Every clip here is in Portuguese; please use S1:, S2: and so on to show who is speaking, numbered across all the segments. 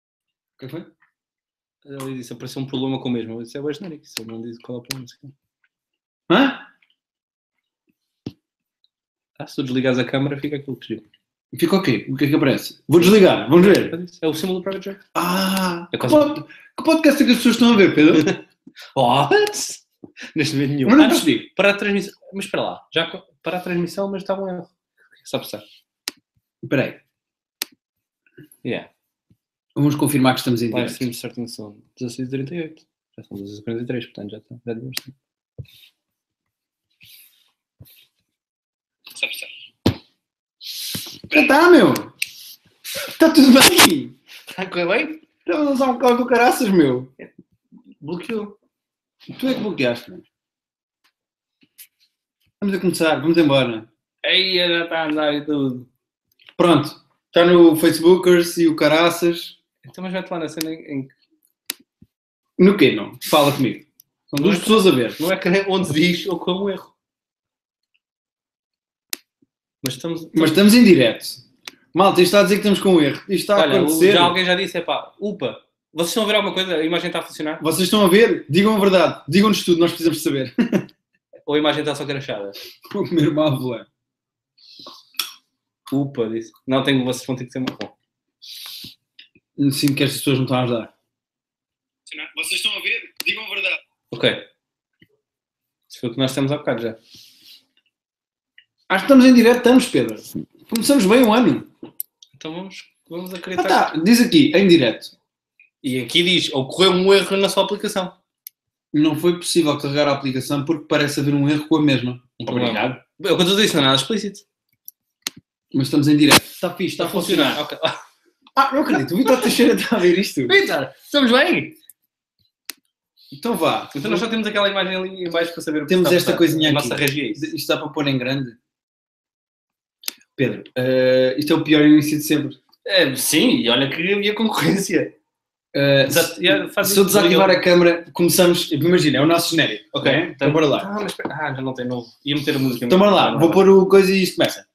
S1: O que é que foi? Ele disse, apareceu um problema com o mesmo. Eu disse, é o genérico, isso ele não diz qual é o problema. sei lá. Hã? Ah, se tu desligares a câmera, fica aquilo que giro.
S2: Fica ok. O que é que aparece? Vou desligar, vamos ver.
S1: É o símbolo do Private Joke.
S2: Ah!
S1: É
S2: Que,
S1: quase-
S2: pod- que podcast é que as pessoas estão a ver, Pedro?
S1: What? Neste momento nenhum.
S2: Mas
S1: Ah,
S2: não
S1: não,
S2: percebi.
S1: para a transmissão. Mas espera lá. Já co- para a transmissão, mas está um erro. O que é que está a passar?
S2: Espera aí.
S1: Yeah. um
S2: Vamos confirmar que estamos em
S1: Live stream
S2: direto.
S1: starting são 16h38. Já são 12h43, portanto já está. Já é devemos ter. Está a passar.
S2: Já está, tá, meu! Está tudo bem!
S1: Está a correr bem?
S2: Estamos a usar um carro do caraças, meu!
S1: É, Bloqueou.
S2: Tu é que bloqueaste, meu. Vamos a começar, vamos embora.
S1: Aí já está a andar e tudo.
S2: Pronto. Está no Facebookers e o caraças.
S1: Então, mas vai-te lá na cena em em que.
S2: No quê, não? Fala comigo. São duas pessoas a ver.
S1: Não é que nem onde diz ou com um erro. Mas estamos.
S2: Mas estamos em direto. Malta, isto está a dizer que estamos com um erro. Isto está a
S1: Olha, o-
S2: acontecer.
S1: já alguém já disse, é pá, upa, vocês estão a ver alguma coisa? A imagem está a funcionar?
S2: Vocês estão a ver? Digam a verdade. Digam-nos tudo, nós precisamos saber.
S1: Ou a imagem está só crachada?
S2: Vou comer uma avelã.
S1: Upa, disse. Não, tenho, vocês vão ter que ser marrom.
S2: Sinto que estas pessoas não estão a ajudar.
S3: Vocês estão a ver? Digam a verdade.
S1: Ok. Isso foi o que nós temos há bocado já.
S2: Acho que estamos em direto, estamos, Pedro. Começamos bem o ano.
S1: Então vamos, vamos
S2: Ah,
S1: acreditar.
S2: tá. Diz aqui, em direto.
S1: E aqui diz, ocorreu um erro na sua aplicação.
S2: Não foi possível carregar a aplicação porque parece haver um erro com a mesma.
S1: Obrigado. É o que eu estou a dizer, não é nada explícito.
S2: Mas estamos em direto.
S1: Tá
S2: Está fixe, está a funcionar.
S1: Ok.
S2: Ah, não acredito. O Vitor Teixeira está a ver isto.
S1: Vitor, estamos bem?
S2: Então vá.
S1: Então nós só temos aquela imagem ali em baixo para saber o que
S2: Temos
S1: está a
S2: esta
S1: passar.
S2: coisinha
S1: A
S2: aqui.
S1: Nossa regia é isso.
S2: Isto dá para pôr em grande? Pedro, eh, isto é o pior início de sempre.
S1: É, sim, e olha que havia concorrência.
S2: Eh,
S1: Exato, yeah, faz
S2: Se
S1: isso.
S2: eu desativar a câmera, começamos. Imagina, é o nosso genérico.
S1: Ok,
S2: né? então bora lá.
S1: Ah, mas espera. Ah, já não tem novo. Ia meter a música.
S2: Então bora lá, vou pôr o coisa e isto começa.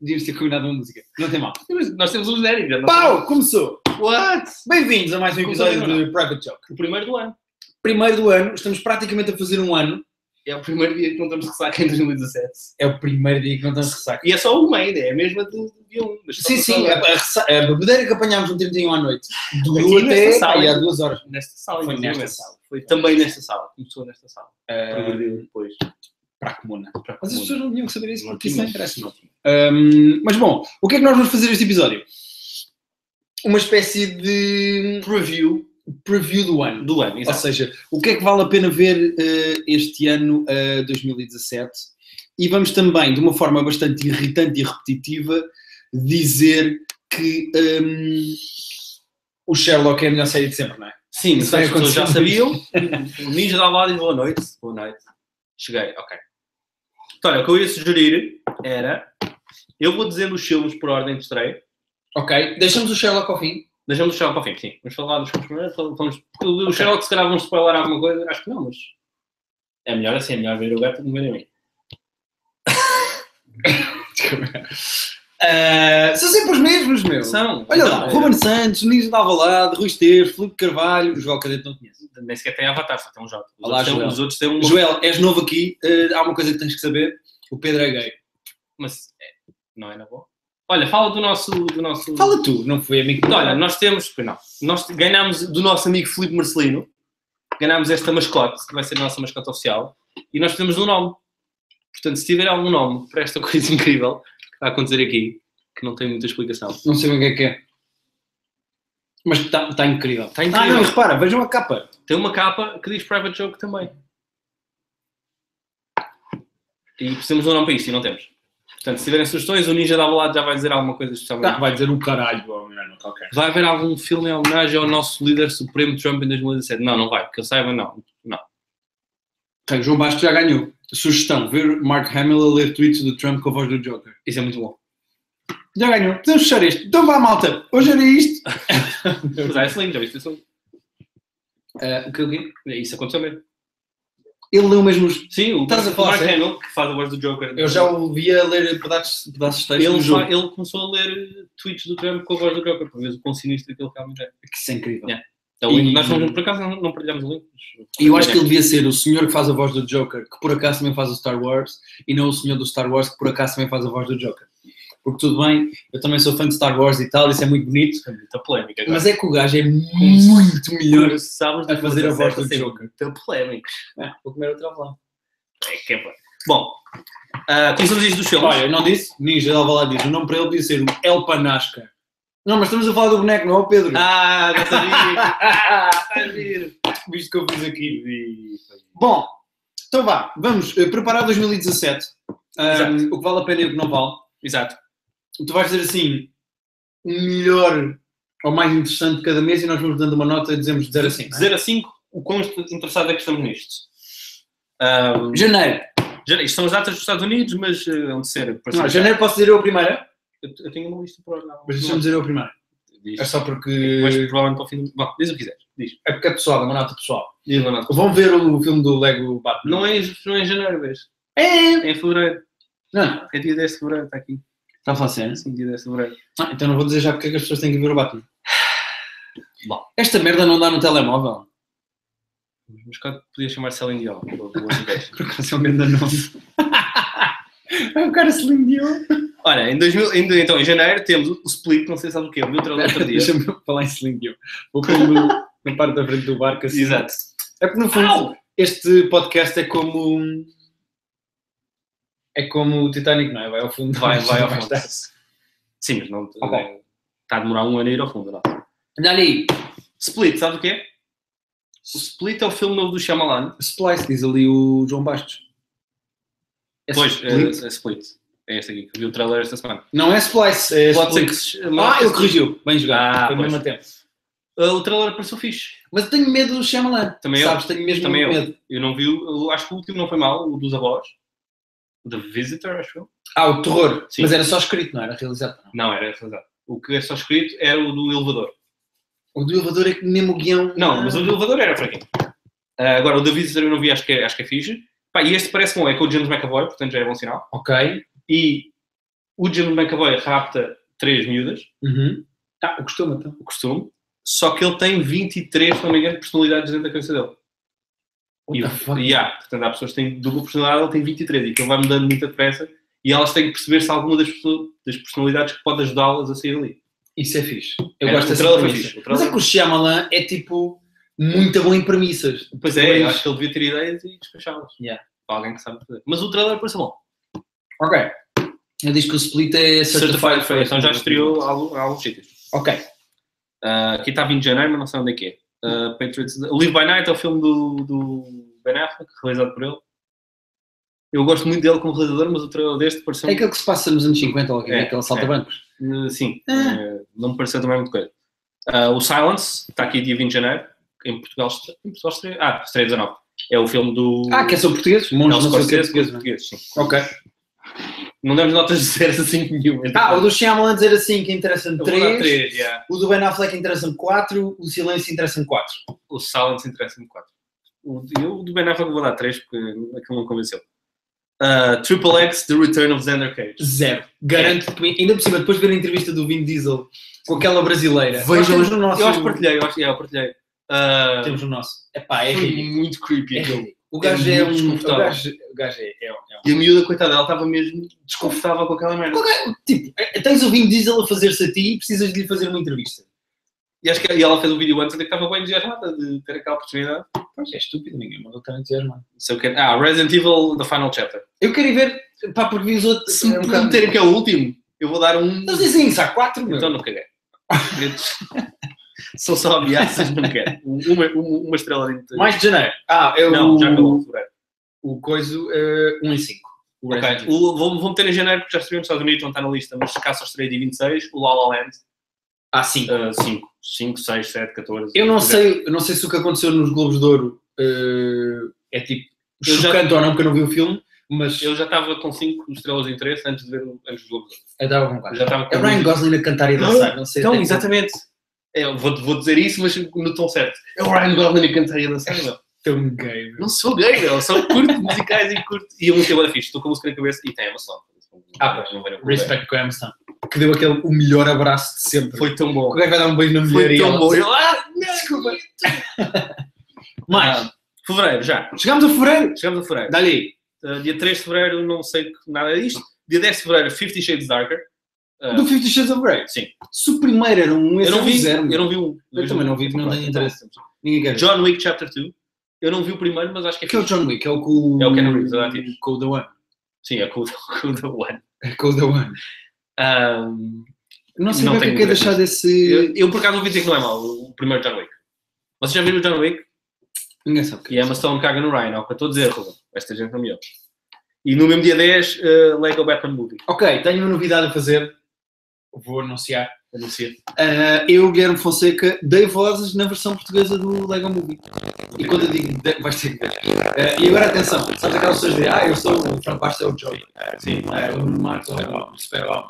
S2: Devíamos ter combinado uma música. Não tem mal.
S1: Nós temos um genérico. já não-
S2: Pau! Começou!
S1: What?
S2: Bem-vindos a mais um
S1: Começou
S2: episódio
S1: agora.
S2: do Private Joke.
S1: O primeiro do ano.
S2: Primeiro do ano, estamos praticamente a fazer um ano.
S1: É o primeiro dia que não estamos de ressaca em 2017.
S2: É o primeiro dia que não estamos de ressaca.
S1: E é só uma ainda, é a mesma do do dia 1.
S2: Sim, sim, é. a, a, ressa- a bebedeira que apanhámos no 31 à noite durou
S1: Aqui nesta
S2: até
S1: sala.
S2: pá, aí há duas horas.
S1: Nesta sala,
S2: Foi
S1: inclusive.
S2: nesta sala.
S1: Foi também nesta sala. Começou nesta sala.
S2: Ah,
S1: Progrediu depois.
S2: para a comuna.
S1: Eh, Para
S2: Mas as pessoas não tinham que saber isso
S1: Não
S2: porque isso
S1: tinha.
S2: não interessa. Não. Hum, mas bom, o que é que nós vamos fazer neste episódio? Uma espécie de preview, preview do ano.
S1: do ano,
S2: Ou
S1: exato.
S2: seja, o que é que vale a pena ver eh, este ano eh, 2017? E vamos também, de uma forma bastante irritante e repetitiva, dizer que hum, o Sherlock é a melhor série de sempre, não é?
S1: Sim,
S2: Isso
S1: isso as
S2: vai
S1: pessoas já
S2: acontecer.
S1: sabiam. o ninja da Aladdin, boa noite. Boa noite. Cheguei, ok. Então, olha, o que eu ia sugerir era... Eu vou dizendo os filmes por ordem de estreia.
S2: Ok, deixamos o Sherlock ao fim.
S1: Deixamos o Sherlock ao fim, sim. Vamos falar dos filmes primeiro. fal- Vamos... porque O Sherlock, se calhar, vamos spoiler alguma coisa. Acho que não, mas. É melhor assim, é melhor ver o gato do que ver a mim.
S2: Eh, são sempre os mesmos, meu.
S1: São.
S2: Olha lá,
S1: Então,
S2: Ruben Santos, Ninja de Alvalade, Rui Esteves, Filipe Carvalho, o Joel Cadete não conheço.
S1: eh, Nem sequer tem Avatar, só tem um J. Os,
S2: Olá,
S1: outros têm,
S2: Joel.
S1: os outros têm um.
S2: Joel, és novo aqui, eh, há uma coisa que tens que saber, o Pedro é gay.
S1: Mas é, não é na boa. Olha, fala do nosso. Do nosso...
S2: Fala tu, não foi amigo.
S1: Então, Olha, nós temos. pois Não, nós ganhámos do nosso amigo Filipe Marcelino. Ganhámos esta mascote, que vai ser a nossa mascote oficial. E nós temos um nome. Portanto, se tiver algum nome para esta coisa incrível que vai acontecer aqui, que não tem muita explicação.
S2: Não sei bem o que é que é. Mas está tá incrível.
S1: Tá incrível.
S2: Ah, não, e repara, vejam a capa.
S1: Tem uma capa que diz Private Joke também. E precisamos de um nome para isto e não temos. Portanto, se tiverem sugestões, o Ninja da Avalado já vai dizer alguma coisa especialmente.
S2: vai dizer o caralho, ou não, qualquer.
S1: Vai haver algum filme em homenagem ao nosso líder supremo Trump em 2017? Não, não vai, que eu saiba, não.
S2: Tá, João Bastos já ganhou. Sugestão, ver Mark Hamill a ler tweets do Trump com a voz do Joker.
S1: Isso é muito bom.
S2: Já ganhou. Podemos fechar este. Então vá, malta. Hoje era isto.
S1: Mas é excelente, já viste isso?
S2: Ah, o que é o quê?
S1: Isso aconteceu mesmo.
S2: Ele leu mesmo os.
S1: Sim, o
S2: Estás a
S1: Mark
S2: falar sério?
S1: Hamill, que faz a voz do Joker.
S2: Eu já ouvia ler pedaços, pedaços de texto
S1: ele,
S2: do jogo.
S1: fa- ele começou a ler eh, tweets do Trump com a voz do Joker, para ver o quão sinistro que ele realmente é.
S2: Que isso é incrível.
S1: Yeah. Então, o link-
S2: E-
S1: Nós não, por acaso não, não partilhamos o link. mas- É
S2: E eu acho que ele devia ser o senhor que faz a voz do Joker, que por acaso também faz o Star Wars, e não o senhor do Star Wars, que por acaso também faz a voz do Joker. Porque tudo bem, eu também sou fã de Star Wars e tal, isso é muito bonito,
S1: É muita polémica. agora.
S2: mas é que o gajo é muito melhor
S1: Como sabes,
S2: a fazer a voz do
S1: ser
S2: Joker.
S1: muita polémica.
S2: Ah, vou comer outra lá.
S1: É que é bom. Bom, ah, começamos isto dos filmes.
S2: Olha, eu não disse, Ninja de Alvalade diz, o nome para ele podia ser o El Panasca. Não, mas estamos a falar do boneco, não é o Pedro?
S1: Ah, já sabia. Está giro.
S2: Visto que eu fiz aqui. Bom, então vá, vamos eh, preparar 2017. Ah,
S1: Exato.
S2: o que vale a pena e o que não vale.
S1: Exato.
S2: tu vais dizer assim, melhor ou mais interessante cada mês e nós vamos dando uma nota e dizemos dizer assim.
S1: De 0 a 5, o quão interessado é que estamos nisto? Ah,
S2: Janeiro.
S1: já- isto são as datas dos Estados Unidos, mas ah, onde ser? para
S2: Não,
S1: ser-
S2: janeiro posso dizer eu a primeira?
S1: Eu, eu tenho uma lista para olhar.
S2: Mas deixa-me dizer eu a primeira.
S1: Diz.
S2: É só
S1: Mas
S2: porque
S1: provavelmente para o fim do... Bom, diz o que quiseres. Diz.
S2: é porque é pessoal, é uma nota pessoal.
S1: Diz, Leonardo.
S2: Vão ver o filme do Lego Batman.
S1: Não é, em- não é em janeiro, vês?
S2: É!
S1: É em fevereiro.
S2: Não, não.
S1: É dia 10 de fevereiro, está aqui.
S2: Está a falar sério?
S1: Sim, dia 10 de fevereiro.
S2: Ah, então não vou dizer já porque é que as pessoas têm que ver o Batman.
S1: Bom.
S2: Esta merda não dá no telemóvel.
S1: Mas claro que podias chamar Celine Dion. ou- assim. ou outro gajo.
S2: Por acaso é um grande nome. é um cara se Dion.
S1: Olha, em 2000, em- então, em janeiro temos o Split, não sei se sabes o que é, o meu trailer outro dia.
S2: Deixa-me falar em Slim Dion. Vou pôr na parte da frente do barco assim.
S1: Exato.
S2: É porque no fundo este podcast é como um- é como o Titanic, não é? Vai ao fundo,
S1: Vai, vai ao fundo.
S2: estar.
S1: Sim, mas não. eh,
S2: Ah, bom.
S1: Está a demorar um ano a ir ao fundo, não.
S2: Dali,
S1: Split, sabes o que é? O Split é o filme novo do Shyamalan.
S2: Splice diz ali o João Bastos. É
S1: pois,
S2: Split?
S1: É, é Split. É este aqui, que vi o trailer esta semana.
S2: Não é Splice, é
S1: Pode ser
S2: Split.
S1: que se chame-
S2: Ah, ele corrigiu. Bem jogado.
S1: Ah,
S2: Foi ao
S1: pois.
S2: mesmo tempo.
S1: Ah, o trailer apareceu fixe.
S2: Mas eu tenho medo do Shyamalan.
S1: Também eu.
S2: Sabes, tenho mesmo
S1: Também eu.
S2: medo.
S1: Eu não vi, o- eu acho que o último não foi mal, o dos avós. O The Visitor, acho eu.
S2: Ah, o terror.
S1: Sim.
S2: Mas era só escrito, não era realizado. não.
S1: Não, era exato. O que é só escrito era o do elevador.
S2: O do elevador é que mesmo o guião...
S1: Não, mas o do elevador era fraquinho. Ah, agora, o The Visitor eu não vi, acho que é, acho que é fixe. Pá, e este parece bom, é com o James McAvoy, portanto já é bom sinal.
S2: Ok.
S1: E o James McAvoy rapta três miúdas,
S2: Uhum. Ah, o costume, então.
S1: o costume, só que ele tem 23, se não me engano, personalidades dentro da cabeça dele.
S2: What
S1: E,
S2: the fuck?
S1: e há, portanto, há pessoas que têm dupla personalidade, ele tem 23, e que ele vai mudando muita depressa, e elas têm que perceber se há alguma das, perso- das personalidades que pode ajudá-las a sair ali.
S2: Isso é fixe. Eu
S1: É,
S2: gosto
S1: o
S2: dessa
S1: trailer foi
S2: premissa.
S1: fixe, o
S2: Mas
S1: trailer-
S2: é que o Shyamalan é tipo muito bom em premissas.
S1: Pois é, eu
S2: Pois.
S1: acho que ele devia ter ideias e despachá-las.
S2: Yeah.
S1: Para alguém que sabe fazer. Mas o trailer parece bom.
S2: Ok. Ele diz que o Split é
S1: Certified
S2: certified,
S1: Fresh,
S2: first.
S1: então já estreou em algum- em alguns sítios.
S2: Ok.
S1: Então- Ah, aqui está 20 de janeiro, mas não sei onde é que é. Ah, Patriots, Live by Night é o filme do, do Ben Affleck, realizado por ele. Eu gosto muito dele como realizador, mas o trailer deste pareceu.
S2: É aquele que se passa nos anos 50, ou
S1: É,
S2: é, aquele salta
S1: é.
S2: brancos.
S1: Uh, Sim,
S2: Ah.
S1: uh, não me pareceu também muito coisa. Uh, o Silence, está aqui dia 20 de janeiro, em Portugal, estre- em Portugal estreia. Ah, estreia 19. É o filme do.
S2: Ah, que é sobre portugueses? Monge,
S1: Nelson
S2: não sei o que é
S1: Scorsese,
S2: português,
S1: português,
S2: não é?
S1: português, sim.
S2: Ok.
S1: Não demos notas de 0 a 5 nenhuma. então-
S2: Ah, o do Shyamalan dizer assim que interessa-me
S1: Eu vou dar
S2: 3.
S1: três, yeah.
S2: O do Ben Affleck interessa-me 4. O Silêncio interessa-me 4.
S1: O Silence interessa-me 4. Eu do Ben Affleck vou dar 3 porque aquilo não convenceu. Uh, Triple X, The Return of Xander Cage.
S2: Zero. Garanto
S1: É.
S2: que ainda por cima, depois de ver a entrevista do Vin Diesel com aquela brasileira.
S1: Vejam-
S2: Nós temos no nosso.
S1: Eu acho que partilhei, eu acho, yeah, eu partilhei. Uh,
S2: Temos no nosso. Epá, é
S1: foi
S2: ridículo.
S1: muito creepy
S2: É
S1: aquilo.
S2: ridículo. O gajo é,
S1: muito
S2: um. O
S1: desconfortável.
S2: gajo, o gajo é, é, um- é
S1: E a miúda, coitada, ela estava mesmo desconfortável com aquela merda.
S2: um. Tipo, é- tens o Vin Diesel a fazer-se a ti e precisas de lhe fazer uma entrevista.
S1: E acho que e ela fez um vídeo antes até que estava bem entusiasmada de ter aquela oportunidade.
S2: Pois é, estúpido, ninguém mandou estar entusiasmado.
S1: Não sei o que. Ah, Resident Evil The Final Chapter.
S2: Eu quero ir ver, pá, porque vi os outros.
S1: Se me
S2: é um bocado-
S1: prometerem que é o último, eu vou dar um.
S2: Eles dizem isso, há quatro, meu.
S1: Então não caguei. São só ameaças, não quero. Um, Uma, uma, uma estrela dentro de.
S2: Mais de janeiro. Ah, é
S1: Não,
S2: o.
S1: já acabou. fevereiro.
S2: o coiso eh, 1 em 5.
S1: Ok. O, vou, vou meter em janeiro, porque já estreou nos Estados Unidos, não está na lista, mas cá só estreia dia 26. O La La Land, uh,
S2: Ah, sim.
S1: 5, 5, 6, 7, 14.
S2: Eu não sei, eu não sei se o que aconteceu nos Globos de Ouro eh, é tipo
S1: Eu já-
S2: chocante ou não, porque eu não vi o filme, mas
S1: Eu já estava com 5 estrelas de interesse antes de ver o- antes do Globo. de Ouro.
S2: eu dava com
S1: Eu
S2: quatro.
S1: Já estava com
S2: É o Ryan Gosling a cantar e a dançar, não sei.
S1: Então,
S2: até que-
S1: exatamente. É, eu vou, vou dizer isso, mas no tom certo. É o Ryan Gosling a cantar e a dançar. não.
S2: Tão gay, meu.
S1: Não sou gay, meu. Só curto musicais e curto. E um tema fixe. Estou com a música na cabeça e tem uma só.
S2: Ah, pois.
S1: Não vai na culpa.
S2: Respect com a Amsterdam. Que deu aquele o melhor abraço de sempre.
S1: Foi tão
S2: O
S1: bom.
S2: gajo vai dar um beijo na mulher
S1: Foi
S2: e
S1: tão
S2: ela-
S1: bom. Eu, ah, não, desculpa.
S2: Mais,
S1: Fevereiro, já.
S2: chegámos a fevereiro.
S1: Chegamos a fevereiro.
S2: Dá-lhe aí.
S1: Uh, dia 3 de fevereiro, não sei que- nada disto. Dia 10 de fevereiro, Fifty Shades Darker. Uh,
S2: Do Fifty Shades of Grey.
S1: Sim.
S2: Se o primeiro era um
S1: eu,
S2: esse,
S1: não
S2: era um
S1: vi,
S2: zero.
S1: eu não vi um.
S2: Eu também não vi, não tenho interesse. Ninguém quer.
S1: John Wick Chapter 2. Eu não vi o primeiro, mas acho que é
S2: Que é o John Wick, é o com
S1: É o Keanu Reeves, é ativo.
S2: Com o The One.
S1: Sim, é com o com o The One.
S2: É com o The One.
S1: Um,
S2: Não sei
S1: Não
S2: bem o que é
S1: tenho
S2: que é
S1: interesse.
S2: deixar desse.
S1: eu, eu, por acaso ouvi dizer que não é mau, o primeiro John Wick. Vocês já viram o John Wick?
S2: Ninguém sabe o que
S1: E a Emma Stone caga no Ryan, é o que eu estou a dizer, Ruben. Esta gente não me ouve. E no mesmo dia 10, uh, Lego Batman Movie.
S2: Ok, tenho uma novidade a fazer. Vou anunciar. Anuncia. Ah, eu, Guilherme Fonseca, dei vozes na versão portuguesa do Lego Movie. E quando eu digo, de- vais ter que ver. Ah, e agora atenção, sabes aquelas pessoas dizem, ah, eu sou o Frank Bastos, é o Joe.
S4: Sim,
S2: É, o Nuno Marcos, é o Ah,
S4: super-homem, super-homem.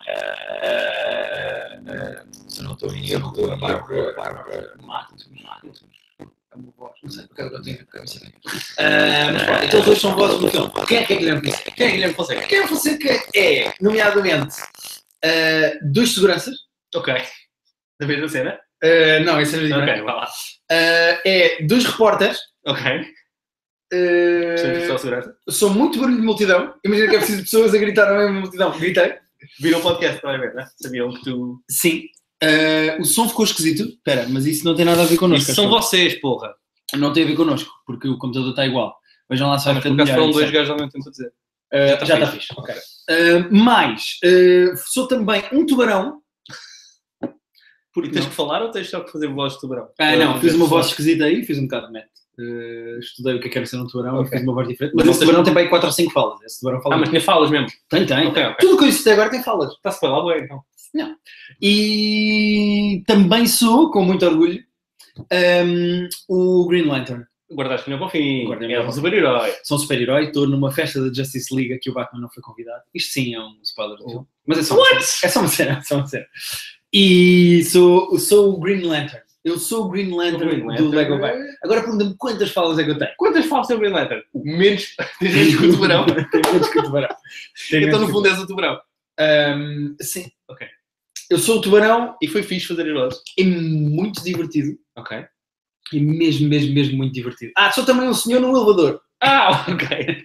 S4: É, é, Se eu não estou em erro, a Bárbara, a Bárbara Matos. Matos.
S2: É uma voz, não sei, porque eu não tenho a cabeça. Ah, mas pronto, então os dois são vozes do filme. Quem é que é Guilherme Fonseca? Quem é Guilherme Fonseca? Guilherme Fonseca é, nomeadamente, ah, dois seguranças.
S1: Ok. Da mesma cena?
S2: Ah, não, esse é o
S1: Ok, vá lá.
S2: Ah, é dois repórteres.
S1: Ok.
S2: ah,
S1: Portanto, só segurança.
S2: sou muito barulho de multidão. Imagina que é preciso pessoas a gritar na mesma multidão. Gritei.
S1: Viram o podcast, claramente, né? Sabiam que tu.
S2: Sim. Ah, o som ficou esquisito. Espera, mas isso não tem nada a ver connosco.
S1: Isso são
S2: acho
S1: vocês, porra.
S2: eu. Não tem a ver connosco, porque o computador está igual. Vejam lá se vai
S1: Mas
S2: ficar
S1: por acaso foram
S2: melhor,
S1: dois
S2: etc.
S1: gajos ao mesmo tempo a dizer.
S2: Ah,
S1: tá
S2: é. já está
S1: fixe.
S2: fixe. ok. Ah, mais, ah, sou também um tubarão.
S1: E tens que falar ou tens só que fazer voz de tubarão?
S2: Ah, não,
S1: Eu-
S2: fiz uma
S1: eu-
S2: voz esquisita aí, fiz um bocado de net. Ah, estudei o que é que era ser um tubarão e
S1: Ok.
S2: fiz uma voz diferente.
S1: Mas
S2: Mas esse
S1: vocês-
S2: tubarão tem bem 4 ou 5 falas. Esse tubarão fala.
S1: Ah, mas nem falas mesmo.
S2: Tem, tem.
S1: Ok, ok.
S2: Tudo o que eu disse até agora tem falas.
S1: Está-se bem lá, boa então.
S2: E também sou, com muito orgulho, um, o Green Lantern.
S1: Guardaste melhor para o fim.
S2: Guardei-me
S1: É
S2: para
S1: um
S2: o fim.
S1: super-herói.
S2: Sou um super-herói, estou numa festa da Justice League a que o Batman não foi convidado. Isto sim é um spoiler do filme. Mas é só uma cena. É só uma cena, é só uma cena. E sou, sou o Green Lantern. Eu sou o Green Lantern, do Lego Batman. Agora pergunta-me quantas falas é que eu tenho.
S1: Quantas falas tem o Green Lantern? Menos. Tens menos que o tubarão.
S2: Tenho menos que o tubarão. Tenho
S1: Então, no
S2: menos que o
S1: fundo, és o tubarão.
S2: tubarão. Um, sim.
S1: Ok.
S2: Eu sou o tubarão,
S1: E foi fixe fazer as vozes.
S2: é muito divertido.
S1: Ok.
S2: É mesmo, mesmo, mesmo muito divertido. Ah, sou também um senhor no elevador.
S1: Ah, ok.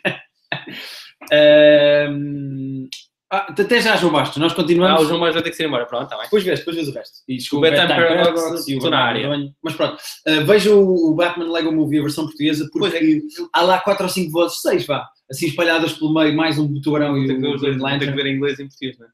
S2: Ahm, ah, até já, João Bastos. Nós
S1: Ah,
S2: continuamos.
S1: o João Mais vai ter que ser embora. Pronto, está bem.
S2: Depois vês, depois vês o resto. E desculpa,
S1: O Bedtime
S2: Bedtime
S1: Paradox,
S2: Paradox e o
S1: estou na
S2: Batman
S1: área.
S2: Madonha. Mas pronto, ah, veja o, o Batman Lego Movie, a versão portuguesa, porque
S1: Pois é, que-
S2: há lá 4 ou 5 vozes, 6 vá, assim espalhadas pelo meio, mais um tubarão e
S1: Tem que ver
S2: o
S1: os dois,
S2: Green
S1: tem que
S2: Lantern.
S1: ver em inglês e em português, não é?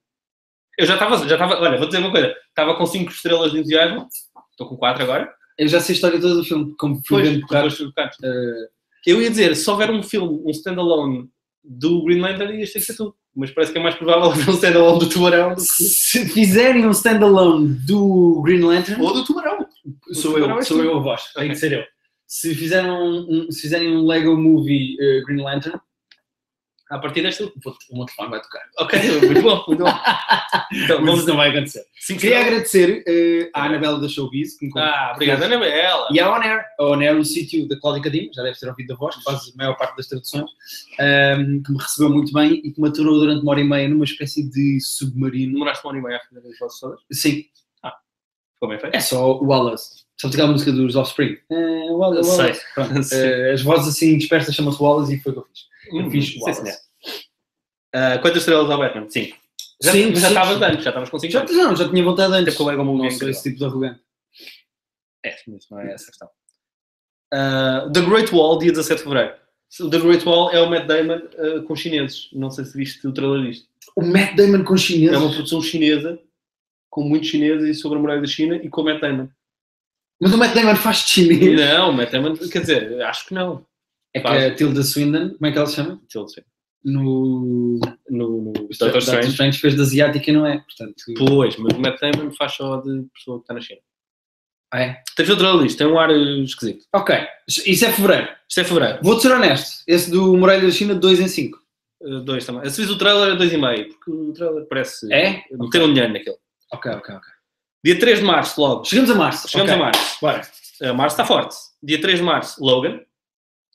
S1: Eu já estava, já estava, olha, vou dizer uma coisa. Estava com 5 estrelas de entusiasmo. Estou com 4 agora.
S2: Eu já sei a história toda do filme, como fui
S1: Depois,
S2: vendo bocado.
S1: depois, depois,
S2: ah,
S1: Eu ia dizer, se houver um filme, um standalone do Green Lantern, ias ter que ser tu. Mas parece que é mais provável haver um standalone do tubarão do que...
S2: se fizerem um standalone do Green Lantern,
S1: Ou do tubarão.
S2: sou
S1: tubarão
S2: eu,
S1: és
S2: sou
S1: tu.
S2: eu a voz, tem
S1: Ok.
S2: que ser eu. Se fizerem um, um- se fizerem um Lego Movie ah, Green Lantern,
S1: A partir desta.
S2: Vou- o meu telefone vai tocar.
S1: Ok, muito bom, muito bom. Então,
S2: Mas
S1: vamos.
S2: isso não vai acontecer.
S1: Cinco
S2: Queria
S1: estrelas.
S2: agradecer eh, à Anabela da Showbiz, que me convidou.
S1: Ah, obrigado, Ana Bela.
S2: E à On Air, a On Air, o sítio da Cláudia Cadinho, já deve ter ouvido da voz, que faz a maior parte das traduções, ehm, que me recebeu muito bem e que me aturou durante uma hora e meia numa espécie de submarino.
S1: Demoraste uma hora e meia a fazer as vozes todas.
S2: Sim,
S1: Ficou bem feito?
S2: é só o Wallace. Sabes aquela música dos Offspring? Eh, Wallace,
S1: Sei.
S2: Wallace. Pronto, eh, as vozes assim dispersas chamam-se Wallace e foi o que eu fiz. Eu fiz
S1: Hum, Sim,
S2: Wallace.
S1: senhor. Ah, Quantas estrelas ao Batman? Sim. Já,
S2: Sim,
S1: mas já
S2: sim,
S1: estavas
S2: sim.
S1: antes, já estavas com 5
S2: já,
S1: anos.
S2: não, já tinha vontade
S1: Até
S2: antes.
S1: porque o Lego Movie
S2: Não
S1: é
S2: sou
S1: incrível.
S2: esse tipo de arrogante.
S1: É, mas não é essa a questão. Ah, The Great Wall, dia 17 de Fevereiro. O The Great Wall é o Matt Damon ah, com chineses. Não sei se viste o trailer disto.
S2: O Matt Damon com chinês.
S1: É uma produção chinesa, com muitos chineses e sobre a muralha da China e com o Matt Damon.
S2: Mas o Matt Damon faz de chinês.
S1: Não, Matt Damon, quer dizer, acho que não.
S2: É que
S1: é. Faz.
S2: a Tilda Swindon, como é que ela se chama?
S1: Deixa eu dizer.
S2: No
S1: No, no
S2: Doctor
S1: Doctor Strange.
S2: fez de asiática e não é, portanto...
S1: Pois, mas o Matt Damon faz só de pessoa que está na China.
S2: Ah, é?
S1: Tens outra lista, tem um ar eh, esquisito.
S2: Ok, isso é fevereiro.
S1: Isto é fevereiro.
S2: Vou-te ser honesto, esse do Muralha da China, 2 em 5.
S1: Eh, dois também. Se vis o trailer, é dois e meio, porque o trailer parece.
S2: É?
S1: Meteram dinheiro naquele.
S2: Ok, ok, ok.
S1: Dia 3 de março, logo.
S2: Chegamos a março.
S1: Chegamos
S2: Ok.
S1: a março.
S2: Bora.
S1: Eh, março está forte. Dia 3 de março, Logan.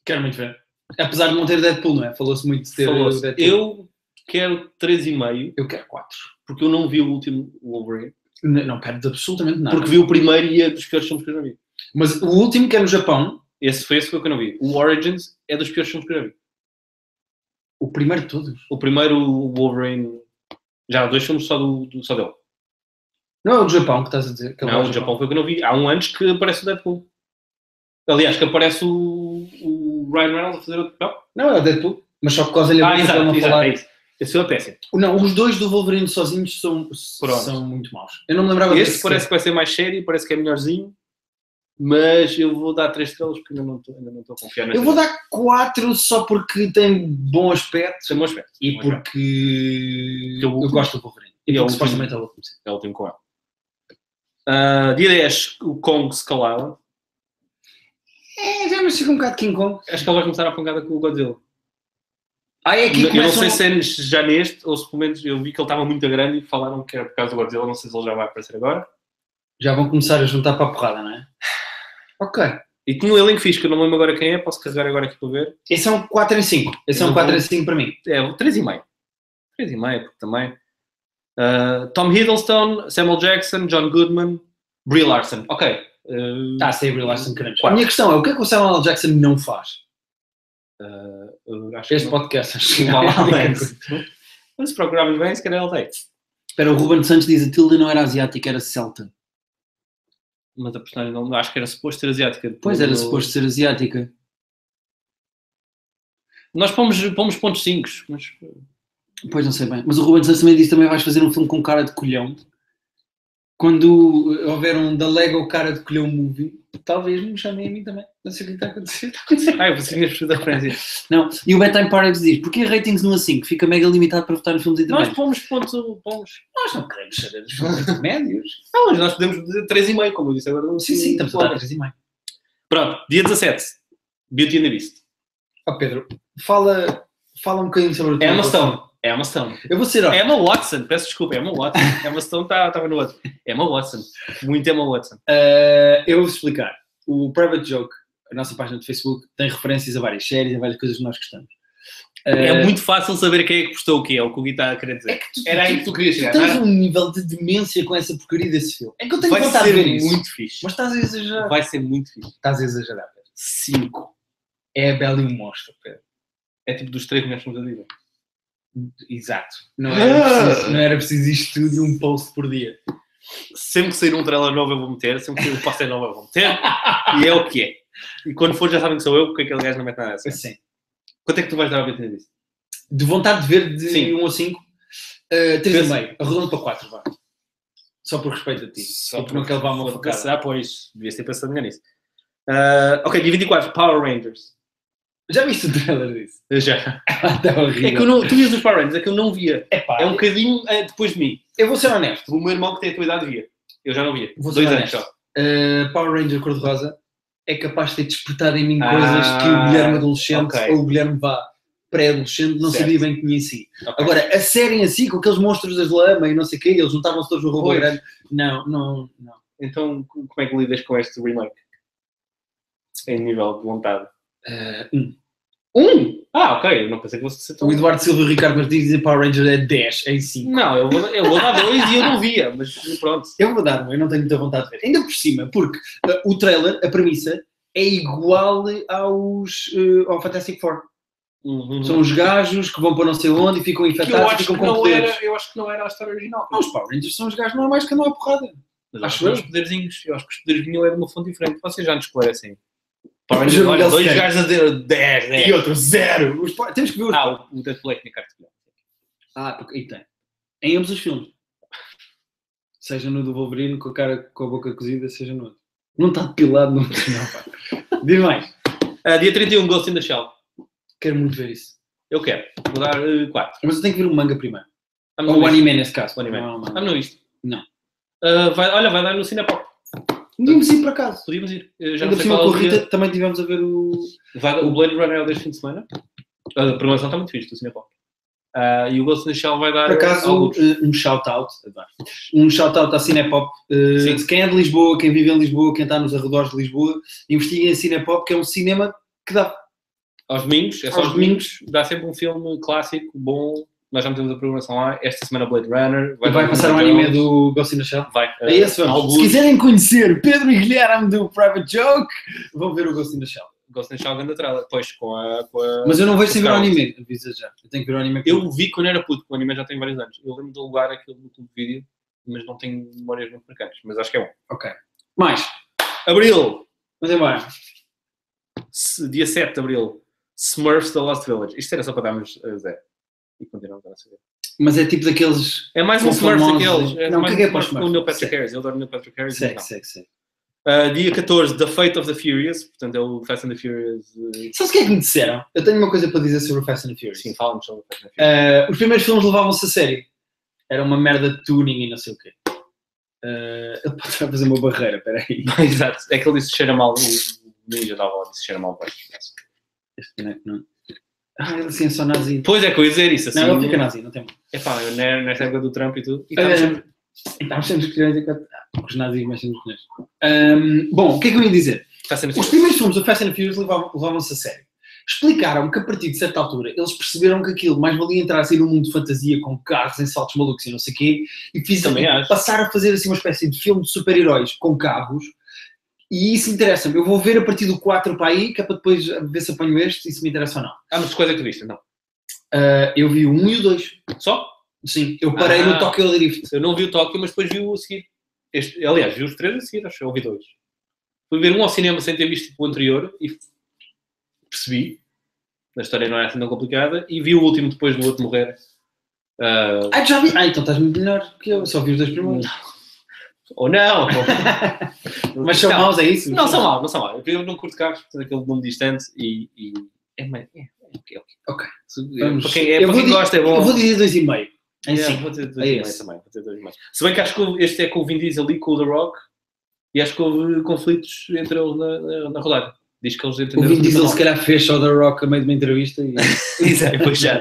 S1: Quero muito ver.
S2: Apesar de não ter Deadpool, não é? Falou-se muito de ter
S1: Falou-se.
S2: Deadpool.
S1: Eu quero 3,5
S2: Eu quero quatro.
S1: porque eu não vi o último Wolverine.
S2: N- Não perde absolutamente nada.
S1: Porque vi o primeiro e é dos piores filmes que eu já vi.
S2: Mas o último que é no Japão,
S1: Esse foi esse que eu não vi. O Origins é dos piores filmes que eu já vi.
S2: o primeiro de todos.
S1: O primeiro o Wolverine. Já há dois filmes só, do, do- só dele.
S2: Não é o do Japão que estás a dizer? que é
S1: não,
S2: do
S1: o Japão foi o que eu não vi. Há um anos que aparece o Deadpool. Aliás, que aparece o, o Ryan Reynolds a fazer outro papel.
S2: Não, é o Deadpool. Mas só por causa dele
S1: Ah,
S2: para
S1: exato,
S2: não
S1: exato,
S2: falar.
S1: é isso. Esse filme é péssimo.
S2: Não, os dois do Wolverine sozinhos são,
S1: Pronto.
S2: são muito maus. Eu não me lembrava
S1: Este
S2: desse.
S1: parece que vai ser mais sério, parece que é melhorzinho. Mas eu vou dar 3 estrelas porque ainda não estou ainda não estou a confiar nesta
S2: Eu vou dar quatro só porque tem bom aspecto
S1: Tem um aspecto.
S2: e
S1: Tem um aspecto.
S2: porque
S1: Porque é o
S2: eu
S1: último.
S2: gosto do Wolverine. E
S1: E é o
S2: porque
S1: último.
S2: supostamente é o último. sim.
S1: É o último com ela. Ah, dia 10, o Kong se calava.
S2: É, já me chega um bocado King Kong.
S1: Acho que ele vai começar a pancada com o Godzilla.
S2: Ah, é aqui
S1: eu
S2: que
S1: não sei
S2: começam...
S1: se é neste- já neste, ou se pelo menos eu vi que ele estava muito grande e falaram que era por causa do Godzilla. Não sei se ele já vai aparecer agora.
S2: Já vão começar a juntar para a porrada, não é? Ok.
S1: E tinha um elenco fixe, que eu não me lembro agora quem é. Posso carregar agora aqui para ver.
S2: Esse é um 4 em 5. Esse é um
S1: Eu
S2: 4
S1: vou-
S2: em 5 para mim.
S1: É, 3,5. 3,5, porque também... Ah, Tom Hiddleston, Samuel Jackson, John Goodman, Brie Larson. Ok. Ah,
S2: Ah, sem Brie Larson, queremos. A
S1: Quatro.
S2: minha questão é, o que é que o Samuel L. Jackson não faz?
S1: ah, eu acho que
S2: Este
S1: não-
S2: podcast.
S1: Igual a
S2: Espera,
S1: Alex. Mas se procurarmos bem, se calhar ele tem.
S2: o Ruben Santos diz, a Tilda não era asiática, era celta.
S1: Mas a personagem não. Acho que era suposto ser asiática.
S2: Pois, era
S1: Eu-
S2: suposto ser asiática.
S1: Nós pomos, pomos pontos 5, mas.
S2: Pois, não sei bem. Mas o Ruben Santos também diz, também vais fazer um filme com cara de colhão. Quando eh, houver um da Lego cara de colhão movie, talvez me chamem a mim também. Não sei o que está a acontecer. Está a acontecer.
S1: Ai, você tinha percebido a referência.
S2: Não, e o Bedtime Pirates diz, porquê ratings no A5? Fica mega limitado para votar em filmes
S1: nós
S2: intermédios.
S1: pomos ponto, pomos.
S2: Nós, não queremos saber dos filmes intermédios.
S1: Não, mas nós podemos dizer 3,5, como eu disse agora.
S2: sim, sim, estamos a dar 3,5.
S1: Pronto, dia 17. Beauty and the Beast.
S2: Ó Pedro, fala, fala um bocadinho sobre o teu
S1: Emma
S2: gosto.
S1: Stone. Emma Stone.
S2: Eu vou ser honesto.
S1: Emma Watson, peço desculpa, Emma Watson. Emma Stone estava no outro. Emma Watson. Muito Emma Watson.
S2: Eh, eu vou explicar. O Private Joke, a nossa página de Facebook, tem referências a várias séries, a várias coisas que nós gostamos. Eh,
S1: É muito fácil saber quem é que postou o quê, é o que o Gui está a querer
S2: é
S1: dizer.
S2: que tu,
S1: Era aí que
S2: tu,
S1: tu querias
S2: tu
S1: chegar. não
S2: tens
S1: era?
S2: um nível de demência com essa porcaria desse filme. É que eu tenho
S1: Vai
S2: vontade de ver
S1: ser
S2: isso.
S1: muito fixe.
S2: Mas estás a exagerar.
S1: Vai ser muito fixe.
S2: Estás a exagerar, Pedro.
S1: 5.
S2: É a Bela e o Monstro, Pedro.
S1: É tipo dos três melhores filmes da vida.
S2: Exato. Ah! Não era, preciso, não era preciso isto tudo e um post por dia.
S1: Sempre que sair um trailer novo eu vou meter, sempre que sair um póster novo eu vou meter. e é o que é. E quando for já sabem que sou eu, porque aquele gajo não mete nada dessa.
S2: Assim.
S1: Quanto é que tu vais dar ao BT disso?
S2: De vontade de ver de
S1: Sim.
S2: 1 um eh, ou 5, 3,5.
S1: Pensa-
S2: Arredondo para 4, vá. Só por respeito a ti. Só porque não quer levar uma
S1: Foda-se.
S2: facada.
S1: Ah, pois, devias ter pensado melhor nisso. Ah, ok, dia 24, Power Rangers.
S2: Já viste o trailer disso?
S1: Já.
S2: Está horrível.
S1: É que eu não, tu vias os Power Rangers, é que eu não via.
S2: Epá,
S1: É um bocadinho ah, depois de mim.
S2: Eu vou ser honesto.
S1: O meu irmão que tem a tua idade via. Eu já não via.
S2: Vou ser
S1: Dois anos
S2: honesto.
S1: só.
S2: Uh, Power Ranger Cor-de-Rosa é capaz de ter despertado em mim
S1: Ah,
S2: coisas que o Guilherme adolescente
S1: ok.
S2: ou o Guilherme vá pré-adolescente não
S1: Certo.
S2: sabia bem que conhecia.
S1: Ok.
S2: Agora, a série em si, com aqueles monstros das lama e não sei o quê, eles juntavam-se todos no robô
S1: Pois.
S2: grande. Não, não, não.
S1: Então, como é que lidas com este remake? Em nível de vontade.
S2: Uh, um.
S1: Um? Ah, ok. Eu não pensei que fosse ser tão...
S2: O Eduardo Silva e o Ricardo Martins dizem Power Ranger é 10 em 5.
S1: Não, eu vou, eu vou dar dois e eu não via, mas pronto.
S2: Eu vou dar um, eu não tenho muita vontade de ver. Ainda por cima, porque uh, o trailer, a premissa, é igual aos, uh, ao Fantastic Four. São Uhum. os gajos que vão para não sei onde e ficam
S1: Que eu,
S2: infectados,
S1: acho
S2: ficam
S1: que
S2: com
S1: não
S2: poderes.
S1: era, eu acho que não era a história original.
S2: Não, os Power Rangers são os gajos normais que andam à porrada.
S1: Mas
S2: Acho
S1: acho que os poderzinhos, eu acho que os poderes vinham é de uma fonte diferente. Vocês já nos esclarecem. Para
S2: Mas eu não
S1: dois
S2: sei.
S1: gajos a dizer 10, 10.
S2: outro, zero. Os Power- Temos que ver os...
S1: É. Ah, o- o Deadpool é que tinha cartão.
S2: Ah, porque aí tem. Em ambos os filmes. Seja no do Wolverine com a cara com a boca cozida, seja no outro. Não está depilado, não. não pá. Diz mais.
S1: Ah, dia 31, Ghost in the Shell.
S2: Quero muito ver isso.
S1: Eu quero. Vou dar eh, 4.
S2: Mas eu tenho que ver o manga primeiro. Ou o anime, neste caso.
S1: O anime.
S2: Não, não,
S1: Ah,
S2: não.
S1: não isto.
S2: Não.
S1: Ah, vai, olha, vai dar no Cinepop.
S2: Podíamos ir para casa.
S1: Podíamos ir. Eu já não
S2: Ainda por
S1: sei
S2: cima
S1: qual é
S2: com
S1: o
S2: a
S1: dia.
S2: Rita também tivemos a ver o...
S1: Vai, o Blade Runner é o deste fim de semana. Ah, A programação está muito fixe do Cinepop. Ah, e o Ghost in the Shell vai dar.
S2: Por acaso,
S1: alguns.
S2: eh, um shout-out. adoro. Um shout-out à Cinepop. Eh,
S1: Sim.
S2: se Quem é de Lisboa, quem vive em Lisboa, quem está nos arredores de Lisboa, investiguem a Cinepop, que é um cinema que dá.
S1: Aos domingos, é só
S2: Aos
S1: aos domingos, dá sempre um filme clássico, bom. Nós já metemos a programação lá. Esta semana Blade Runner.
S2: Vai,
S1: dar
S2: passar um
S1: Jones,
S2: anime do Ghost in the Shell.
S1: Vai, eh,
S2: É esse, vamos.
S1: alguns-
S2: Se quiserem conhecer Pedro e Guilherme do Private Joke, vão ver o Ghost in the Shell.
S1: Ghost in the Shell Ganda Trela. Pois, com a. Com a...
S2: Mas eu não vejo sem ver o
S1: Scout.
S2: anime, avisa já. Eu tenho que ver o anime.
S1: Eu vi quando era puto, porque o anime já tem vários anos. Eu lembro de alugar aquele do clube de vídeo, mas não tenho memórias muito marcantes. Mas acho que é bom.
S2: Mais,
S1: Abril!
S2: mas embora.
S1: Se- dia 7 de Abril. Smurfs da Lost Village. Isto era só para darmos a zero. E continuamos a não saber.
S2: Mas é tipo daqueles.
S1: É mais um
S2: Com
S1: Smurfs
S2: famosos.
S1: daqueles. É
S2: Não,
S1: mais
S2: caguei
S1: um
S2: para os
S1: Smurfs com o
S2: Smurfs.
S1: Neil Patrick
S2: Segue.
S1: Harris. Eu adoro o Neil Patrick Harris.
S2: Segue,
S1: então.
S2: segue, segue.
S1: Uh, dia 14, The Fate of the Furious. Portanto, é o Fast and the Furious. uh,
S2: Sabes o que é que me disseram? Eu tenho uma coisa para dizer sobre o Fast and the Furious.
S1: Sim, fala-nos sobre o Fast and the Furious.
S2: Ah, os primeiros filmes levavam-se a sério. Era uma merda de tuning e não sei o quê. Ah, eu posso fazer uma barreira, peraí.
S1: Exato. É que ele disse que cheira mal. O Ninja da Avó disse que cheira mal. pois.
S2: Este boneco não. Ah, ele assim é só nazi.
S1: Pois é que eu ia dizer isso. Assim,
S2: não, ele fica nazi, não tem mal.
S1: Epá, eu ne- nessa época do Trump e tudo. E é-
S2: Ah,
S1: estamos sempre-
S2: Estávamos sempre escolhendo enquanto. Ah, os nazis mais sempre escolhendo. Ahm, bom, o que é que eu ia dizer?
S1: Está sendo
S2: Os primeiros filmes do Fast and Furious levavam- levavam-se a sério. Explicaram que a partir de certa altura eles perceberam que aquilo mais valia entrar assim num mundo de fantasia com carros em saltos malucos e não sei o quê e fizeram
S1: Também acho.
S2: passar a fazer assim uma espécie de filme de super-heróis com carros e isso interessa-me. Eu vou ver a partir do 4 para aí que é para depois ver se apanho este e se me interessa ou não.
S1: Há muitas coisas que tu viste, não.
S2: Ah, eu vi o 1 e o 2.
S1: Só?
S2: Sim, eu parei
S1: Ah.
S2: no Tokyo Drift.
S1: Eu não vi o Tóquio, mas depois vi o a seguir. Este, aliás, vi os três a seguir, acho eu vi dois. Fui ver um ao cinema sem ter visto o anterior e percebi. A história não é assim tão complicada. E vi o último depois do outro morrer. Ah,
S2: Ah, já vi. Ah, então estás muito melhor que eu. Só vi os dois primeiros.
S1: ou não!
S2: Mas são
S1: não,
S2: maus, é isso?
S1: Não são mal, não são mal. Eu não curto carros, portanto, aquele nome distante e. e- É, mas. É, é, é,
S2: Ok.
S1: Se-
S2: Vamos.
S1: Para quem, é,
S2: Eu
S1: para
S2: vou
S1: quem
S2: di-
S1: gosta, é bom.
S2: Eu vou dizer 2,5. É
S1: Yeah,
S2: sim.
S1: vou ter dois
S2: é
S1: e meio
S2: esse.
S1: também, vou ter dois e meio. Se bem que acho que houve- este é com o Vin Diesel e com o The Rock, e acho que houve conflitos entre eles na, na, na rodada. Diz que eles
S2: O
S1: entenderam.
S2: Vin Diesel se calhar fez só The Rock a meio de uma entrevista e...
S1: Exato, É, pois já.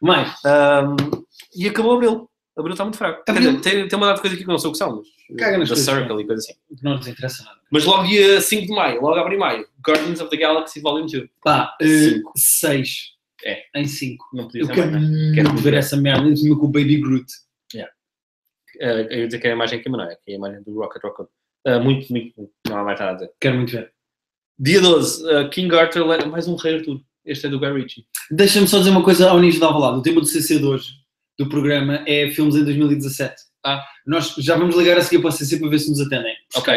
S2: Mais,
S1: Um, e acabou Abril. Abril está muito fraco. Quer dizer,
S2: Abril-
S1: Tem, tem uma data de coisas aqui que eu não sei o que são, mas.
S2: Caga nas
S1: The
S2: coisas,
S1: Circle e coisa assim.
S2: não nos interessa nada.
S1: Mas logo dia 5 de maio, logo abre em maio, Guardians of the Galaxy Volume 2.
S2: Pá,
S1: Cinco.
S2: 6
S1: É.
S2: em 5.
S1: Não podia
S2: Eu
S1: ser
S2: quero
S1: mais, né?
S2: muito
S1: Quero muito
S2: ver
S1: ver.
S2: essa merda, mesmo com o Baby Groot.
S1: Eh, eu ia dizer que é a imagem que não é, que é a imagem do Rocket Rocket. Eh, muito, muito, muito. Não há mais nada a dizer.
S2: Quero muito ver.
S1: Dia 12, eh, King Arthur, Le- mais um Rei Arthur. Este é do Guy Ritchie.
S2: Deixa-me só dizer uma coisa ao Ninja de Alvalade. O tema do CC de hoje, do programa, é filmes em 2017.
S1: Ah.
S2: tá? Nós já vamos ligar a seguir para o CC para ver se nos atendem.
S1: Ok.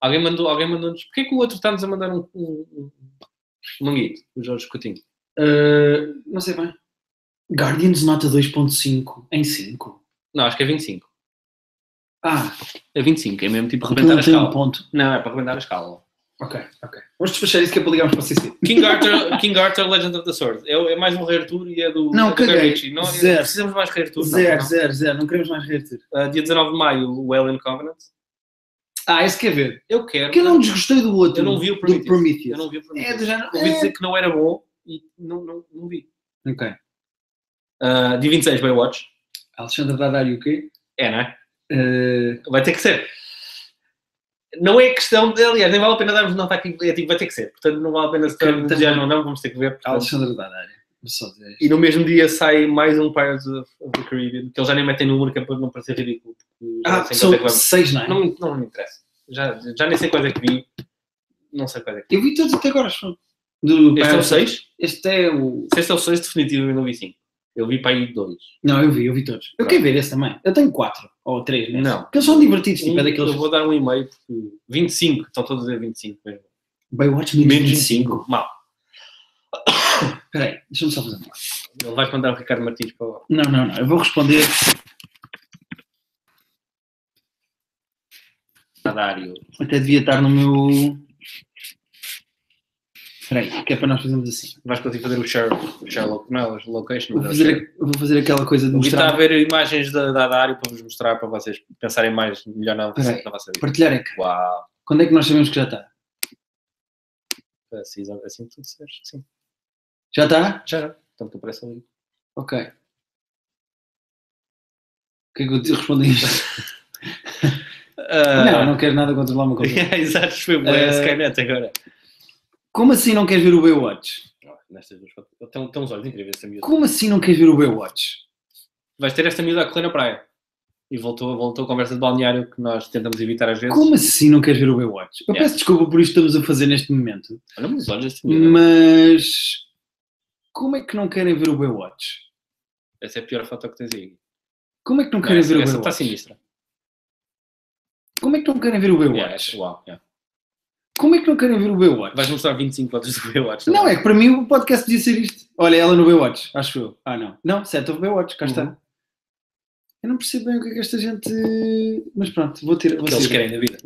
S1: Alguém mandou, alguém mandou-nos. Porquê que o outro está-nos a mandar um, um, um- um manguito? O Jorge Coutinho.
S2: Uh, não sei bem. Guardians nota 2.5 em 5.
S1: Não, acho que é 25.
S2: Ah,
S1: É 25, é mesmo tipo
S2: aquilo
S1: rebentar a
S2: não tem um
S1: escala.
S2: ponto.
S1: Não, é para rebentar a escala.
S2: Ok, ok. Vamos despachar isso que é para ligarmos para o CC.
S1: King Arthur, King Arthur Legend of the Sword. É, é mais um Rei Arthur e é do,
S2: Não,
S1: é do Guy
S2: caguei.
S1: Ritchie. Não,
S2: Zero.
S1: precisamos mais Rei Arthur. não,
S2: Zero,
S1: não.
S2: zero, zero. Não queremos mais reter.
S1: Ah, dia 19 de maio, o Alien Covenant.
S2: Ah, esse quer ver.
S1: Eu quero.
S2: Porque eu não desgostei do outro.
S1: Eu não vi o
S2: do
S1: Prometheus. Eu
S2: Prometheus.
S1: não vi o Prometheus.
S2: É do género.
S1: Ouvi
S2: É.
S1: dizer que não era bom e não, não, não vi.
S2: Ok.
S1: Ah, dia 26, Baywatch.
S2: Alexandre vai dar-lhe o quê?
S1: É, não é?
S2: Eh,
S1: Vai ter que ser. Não é questão de, aliás, nem vale a pena darmos nota aqui, é tipo, vai ter que ser. Portanto, não vale a pena se
S2: Ok,
S1: estarmos a
S2: tens
S1: dizer
S2: razão.
S1: ou não, vamos ter que ver. portanto.
S2: Alexandre vai dar Vou só dizer isto.
S1: E no mesmo dia sai mais um Pirates of, of the Caribbean, que eles já nem metem número, que é para não parecer ridículo. porque já
S2: Ah,
S1: não sei
S2: são
S1: quais é que vamos.
S2: seis, não é?
S1: Não, me- não me interessa. Já, já nem sei quais é que vi. Não sei quais é que
S2: Eu vi todos até agora, acho. Do
S1: vi. Este é o
S2: Pirates-
S1: 6?
S2: Este é o...
S1: Se este é o 6, definitivamente não vi 5. Eu vi para aí 2.
S2: Não, eu vi, eu vi todos. Eu
S1: Pronto.
S2: quero ver esse também. Eu tenho quatro ou três, né?
S1: Não.
S2: Porque eles são divertidos, tipo, é
S1: eu
S2: daqueles...
S1: vou dar um e-mail, porque 25, estão todos a dizer 25 mesmo.
S2: Baywatch menos,
S1: Menos
S2: 25.
S1: 25, mal.
S2: Espera aí, deixa-me só fazer uma coisa.
S1: Ele vai mandar o Ricardo Martins para lá.
S2: Não, não, não. Eu vou responder...
S1: Nadário.
S2: Até devia estar no meu... Espera aí, que é para nós fazermos assim.
S1: Vais conseguir fazer o share, o share lo- não, o location,
S2: Vou
S1: mas é o share.
S2: fazer, vou fazer aquela coisa de
S1: O Gui está a
S2: mostrar.
S1: ver imagens da, da da área para vos mostrar, para vocês pensarem mais, melhor na,
S2: Peraí.
S1: na vossa vida.
S2: Partilhar é que.
S1: Uau,
S2: Quando é que nós sabemos que já está?
S1: assim, assim tudo certo, sim.
S2: Já está?
S1: Já, já. Então tu aparece ali.
S2: Ok. O que é que eu te respondi isto?
S1: Ah,
S2: Não, não quero nada controlar uma coisa.
S1: Exato, foi boa
S2: Ah.
S1: a Skynet agora.
S2: Como assim não queres ver o Baywatch?
S1: Ah, Nestas duas fotos. Ele tem, tem uns olhos incríveis, essa miúda.
S2: Como assim não queres ver o Baywatch?
S1: Vais ter esta miúda a correr na praia. E voltou, voltou a conversa de balneário que nós tentamos evitar às vezes.
S2: Como assim não queres ver o Baywatch? Eu
S1: Yeah.
S2: peço desculpa por isto que estamos a fazer neste momento,
S1: Olha-me os olhos desta miúda.
S2: mas como é que não querem ver o Baywatch?
S1: Essa é a pior foto que tens aí.
S2: Como é que não
S1: Não,
S2: querem
S1: essa
S2: ver o
S1: essa está
S2: Baywatch?
S1: sinistra.
S2: Como é que não querem ver o
S1: Yeah,
S2: Baywatch?
S1: essa- uau, yeah.
S2: Como é que não querem ver o Baywatch?
S1: Vais mostrar 25 fotos do Baywatch.
S2: Não, é que para mim o podcast podia ser isto. Olha, ela no Baywatch, acho eu. Ah, não. Não, set of Baywatch, cá está. Eu não percebo bem o que é que esta gente... Mas pronto, vou tirar.
S1: O
S2: Vou
S1: que eles
S2: sair.
S1: querem da vida.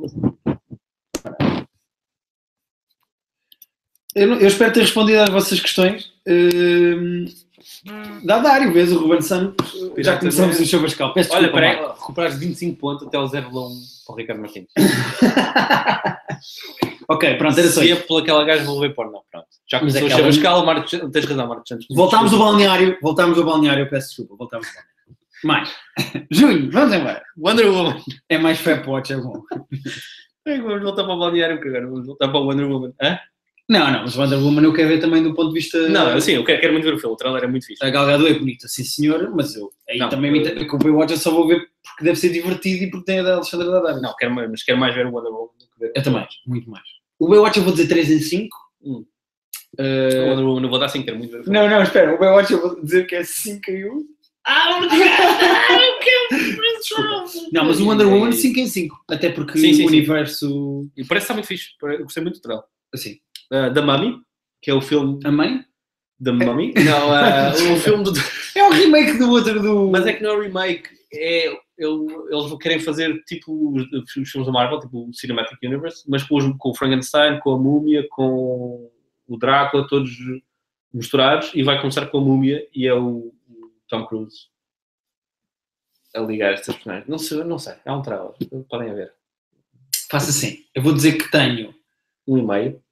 S2: Eu, não- eu espero ter respondido às vossas questões. Hum, Dá Dário, vês o Ruben Santos. Já começamos o Chabascal. Peço
S1: né? Olha,
S2: desculpa,
S1: peraí,
S2: Marco.
S1: recuperares 25 pontos até o 0,1 para o Ricardo Martins.
S2: Ok, pronto, era só
S1: Se
S2: isso.
S1: é por aquela gaja, vou ver porno. Pronto. Já
S2: Mas é
S1: começou o
S2: aquela-
S1: Chabascal, Marcos... Tens razão, Marcos Santos.
S2: Voltámos ao balneário. Voltámos ao balneário, peço desculpa. Voltámos ao balneário. Mais. Júlio, vamos embora.
S1: Wonder Woman.
S2: É mais Fapwatch, é bom.
S1: É que Vamos voltar para o balneário, porque agora vamos voltar para o Wonder Woman. Hã?
S2: Não, não, mas Wonder Woman eu quero ver também do ponto de vista...
S1: Não, assim, eu quero, quero muito ver o filme. O trailer é muito fixe.
S2: A Gal Gadot é bonita, sim senhora, mas eu... Aí
S1: Não.
S2: também me... inter- Com o Baywatch eu só vou ver porque deve ser divertido e porque tem a da Alexandra Daddario.
S1: Não, quero mais, mas quero mais ver o Wonder Woman do que ver.
S2: Eu também, muito mais. O Baywatch eu vou dizer 3 em 5.
S1: Hum. O Wonder Woman, eu vou dar 5, quero muito ver o filme.
S2: Não, não, espera, o Baywatch eu vou dizer que é 5 em 1. Não, mas o Wonder Woman 5 em 5. Até porque
S1: Sim, sim,
S2: o
S1: sim.
S2: universo.
S1: E parece que está muito fixe. Eu gostei muito do trailer.
S2: Assim.
S1: Ah, da Mummy, que é o filme
S2: A mãe?
S1: da Mummy. Não, ah, o filme do...
S2: É o remake do outro do.
S1: Mas é que não é um remake, é, eu- eles querem fazer tipo os, os filmes da Marvel, tipo o Cinematic Universe, mas com, os- com o Frankenstein, com a Múmia, com o Drácula, todos misturados, e vai começar com a Múmia e é o, o Tom Cruise a ligar estas personagens. Não sei, não sei, é um trailer, podem ver.
S2: Faço assim. Eu vou dizer que tenho
S1: Um e meio.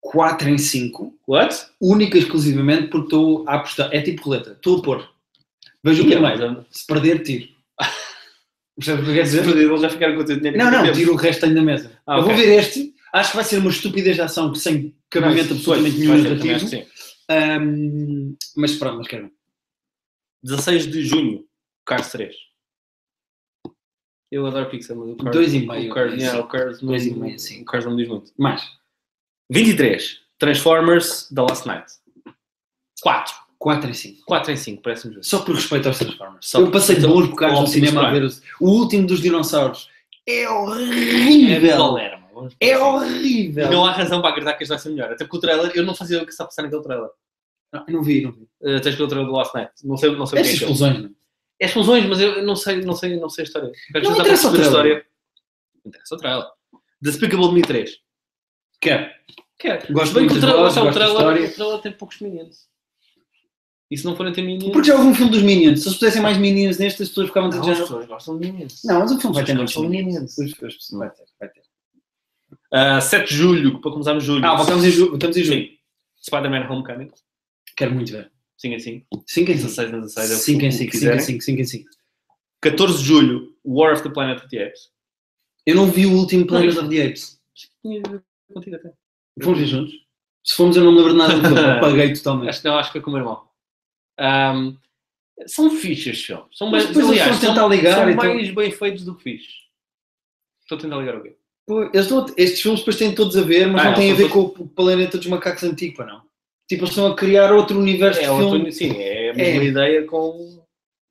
S2: 4 em 5,
S1: What?
S2: única e exclusivamente porque estou a apostar. É tipo roleta, estou a pôr. Vejo o
S1: E é
S2: primeiro.
S1: mais, eu-
S2: Se perder, tiro. Percebes o que eu quero
S1: se
S2: dizer?
S1: perder, eles já ficaram com o teu dinheiro.
S2: Não, não,
S1: Tempo.
S2: tiro o resto ainda da mesa.
S1: Ah,
S2: eu vou
S1: ok.
S2: ver este. Acho que vai ser uma estupidez de ação sem cabimento
S1: Não,
S2: absolutamente
S1: pois,
S2: nenhum
S1: vai ser, também acho
S2: narrativo.
S1: que sim.
S2: Ahm, mas pronto, mas quero.
S1: 16 de junho, Cars 3. Eu adoro Pixar, mas o Cars...
S2: Dois e meio,
S1: O Cars,
S2: assim.
S1: yeah, o Cars não,
S2: Dois e meio, assim.
S1: o Cars não me diz muito.
S2: Mais.
S1: 23, Transformers The Last Night. 4.
S2: 4 em 5.
S1: 4 em 5, parece-me justo.
S2: Só por respeito aos Transformers.
S1: Só
S2: eu
S1: por
S2: passei
S1: respeito
S2: bons
S1: ao
S2: bocados no
S1: Optimus
S2: cinema a
S1: Prime.
S2: ver os- o último dos dinossauros. É
S1: É de
S2: horrível!
S1: Palermo, vamos
S2: É
S1: dizer assim. E
S2: horrível!
S1: Não há razão para acreditar que este vai ser melhor. Até porque o trailer, eu não fazia o que está a passar naquele trailer.
S2: Não, não vi, não vi.
S1: Uh, tens que ver o trailer do Last Night. Não sei, não sei o que
S2: Estas
S1: é aquilo.
S2: explosões, não.
S1: É explosões, mas eu não sei, não sei, não sei a história. Quero
S2: Não
S1: tentar
S2: interessa o
S1: perceber a
S2: trailer.
S1: história. Interessa o trailer. Despicable Me 3.
S2: Quero.
S1: Quero.
S2: Gosto
S1: Bem
S2: muito
S1: que o
S2: de
S1: tra-
S2: vós,
S1: lá está, o
S2: gosto da
S1: trailer,
S2: história.
S1: o trailer tem poucos meninos. E se não forem ter meninos.
S2: Porque já houve um filme dos Minions. Se eles pusessem mais Minions neste, as pessoas ficavam de
S1: Não, as
S2: género.
S1: pessoas gostam de meninos.
S2: Não, mas o filme vai
S1: As
S2: ter
S1: pessoas
S2: muitos
S1: gostam de
S2: Minions.
S1: meninos.
S2: As pessoas- Vai ter, vai ter.
S1: Ah, 7 de julho, para começarmos julho.
S2: Ah, voltamos em julho. Voltamos em julho.
S1: Sim. Spider-Man Homecoming. é
S2: Quero muito ver.
S1: 5 em 5.
S2: 5 em 5.
S1: 16 em 16. é o que
S2: 5 em 5, 5 em
S1: quiserem.
S2: 5, 5 em 5.
S1: 14 de julho, War of the Planet of the Apes.
S2: Eu não vi o último Planet
S1: Não.
S2: of the Apes.
S1: Tinha de ver contigo até.
S2: Vamos ver juntos? Se fomos, eu não me lembro de nada do filme. Apaguei totalmente.
S1: Acho, não, acho que foi com o meu irmão. Ahm, são fichas, filmes. São
S2: Mas
S1: bem-
S2: depois eles
S1: aliás,
S2: vão tentar
S1: são-
S2: ligar,
S1: São
S2: então-
S1: mais bem feitos do que fixe. Estou a tentar ligar o quê?
S2: Pô, eles não- estes filmes depois têm todos a ver, mas
S1: Ah,
S2: não têm a
S1: eles
S2: ver
S1: são
S2: com o planeta dos macacos antigo, pá, não. Tipo, eles estão a criar outro universo
S1: É,
S2: de filme.
S1: outro, sim, é a mesma
S2: É.
S1: ideia com.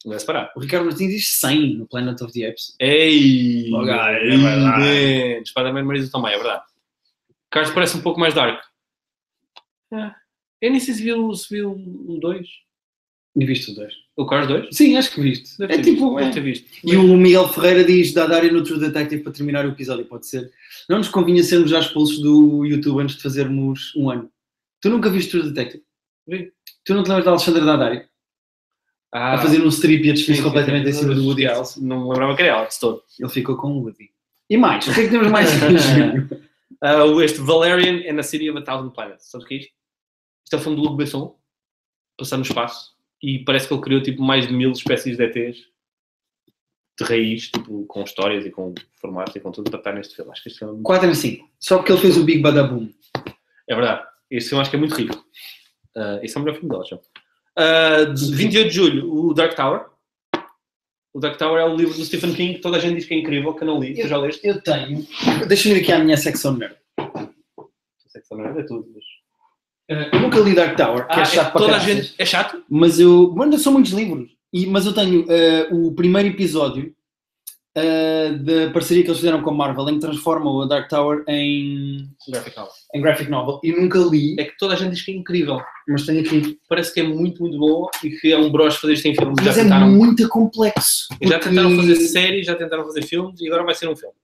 S1: Não é separado.
S2: O Ricardo Martins diz 100 no Planet of the Apes.
S1: Ei!
S2: Oh, cara, é
S1: ei,
S2: verdade.
S1: man, Spider-Man Marisa também, é verdade. Carlos parece um pouco mais dark. É. Eu nem sei se viu, se viu o 2.
S2: E viste os dois?
S1: O Carlos 2?
S2: Sim, acho que viste.
S1: Deve
S2: é
S1: ter visto,
S2: tipo.
S1: deve
S2: é.
S1: ter visto.
S2: E o Miguel Ferreira diz da área no True Detective para terminar o episódio, pode ser. Não nos convinha sermos já expulsos do YouTube antes de fazermos um ano. Tu nunca viste True Detective?
S1: Vi.
S2: Tu não te lembras da Alexandra Daddario?
S1: Ah,
S2: a fazer um strip e a despedir
S1: sim,
S2: completamente
S1: sim,
S2: em
S1: sim.
S2: cima do Woody Allen.
S1: Não me lembrava que era ela, de todo.
S2: Ele ficou com o Woody. E mais, o que é que temos mais? em junho?
S1: Ah, o- este Valerian and the City of a Thousand Planets. Sabes o que é isto? Isto é o filme do Luc Besson, passar no espaço, e parece que ele criou tipo mais de mil espécies de ETs de raiz, tipo, com histórias e com formatos e com tudo para estar neste filme. Acho que este filme
S2: 4 em 5. Só porque ele fez o Big Badaboom.
S1: é verdade. Esse eu acho que é muito rico. Ah, esse é o melhor filme dela, já. Ah, de 28 de julho, o Dark Tower. O Dark Tower é o livro do Stephen King que toda a gente diz que é incrível, que eu não li. Tu já leste?
S2: Eu tenho. Deixa eu ver aqui a minha secção nerd.
S1: Não sei se também é tudo, mas...
S2: Eh, eu nunca li Dark Tower, que
S1: Ah,
S2: é chato
S1: é,
S2: para
S1: toda a
S2: caralho.
S1: gente... É chato?
S2: Mas eu. Mano, são muitos livros. E, mas eu tenho eh, o primeiro episódio eh, da parceria que eles fizeram com a Marvel em que transformam a Dark Tower em,
S1: Graphic novel.
S2: em graphic novel. E nunca li,
S1: É que toda a gente diz que é incrível.
S2: mas tenho aqui.
S1: Parece que é muito, muito boa e que é um bros fazer isto em filme. Já
S2: mas é
S1: tentaram.
S2: muito complexo.
S1: E Já
S2: porque-
S1: tentaram fazer séries, já tentaram fazer filmes e agora vai ser um filme.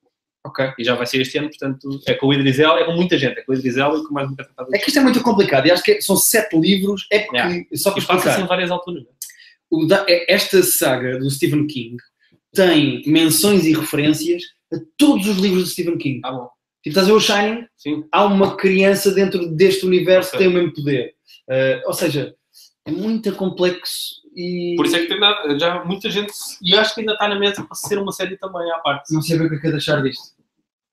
S2: Ok.
S1: E já vai ser este ano, portanto, é com o Idris Elba, é com muita gente, é com o Idris Elba e com mais um tratado.
S2: É que isto é muito complicado. E acho que são sete livros. É porque. Só para
S1: E passa-se
S2: explicar.
S1: em várias alturas. né?
S2: o da- é- esta saga do Stephen King tem menções e referências a todos os livros do Stephen King.
S1: Tá bom.
S2: Tipo, estás a ver o Shining?
S1: Sim.
S2: há uma criança dentro deste universo que
S1: Ok.
S2: tem o mesmo poder. Eh, ou seja, é muito complexo e.
S1: Por isso é que tem nada- já muita gente. E acho que ainda está na mesa para ser uma série também à parte.
S2: Não sei bem o que é que é de achar disto.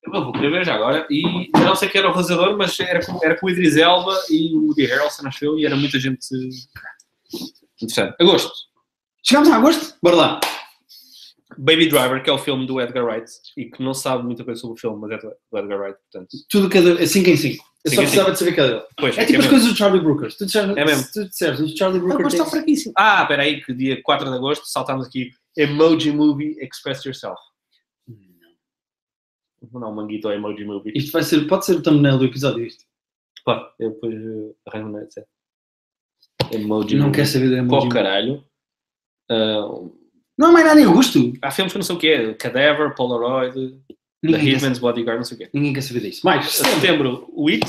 S1: Eu vou querer ver já agora. E eu não sei quem era o realizador, mas era com, era com o Idris Elba e o Woody Harrelson, acho eu, e era muita gente. Interessante. Agosto.
S2: Chegámos a agosto? Bora lá.
S1: Baby Driver, que é o filme do Edgar Wright e que não sabe muita coisa sobre o filme, mas é do do Edgar Wright, portanto.
S2: Tudo cada. 5 em 5. Eu
S1: Cinco em
S2: só precisava de saber cada um.
S1: Pois,
S2: É tipo as
S1: mesmo.
S2: coisas do Charlie Brooker. Se tu disseres,
S1: É mesmo.
S2: se tu disseres o Charlie Brooker.
S1: Mas está
S2: tem-
S1: fraquíssimo. Ah, espera aí, que dia 4 de agosto saltamos aqui. Emoji Movie Express Yourself. Vou mandar um manguito ao Emoji Movie.
S2: Isto vai ser, pode ser o thumbnail do episódio. Isto.
S1: Pá, eu depois eh, arranjo na etc. Emoji
S2: Não
S1: Movie.
S2: quer saber do emoji.
S1: Pô, caralho. Ah,
S2: Não há mais nada em agosto.
S1: há filmes que não sei o que é. Cadaver, Polaroid, The
S2: Ninguém, quer,
S1: Hitman's Bodyguard, não sei o que é.
S2: ninguém quer saber disso. Mais. setembro.
S1: Setembro, o It.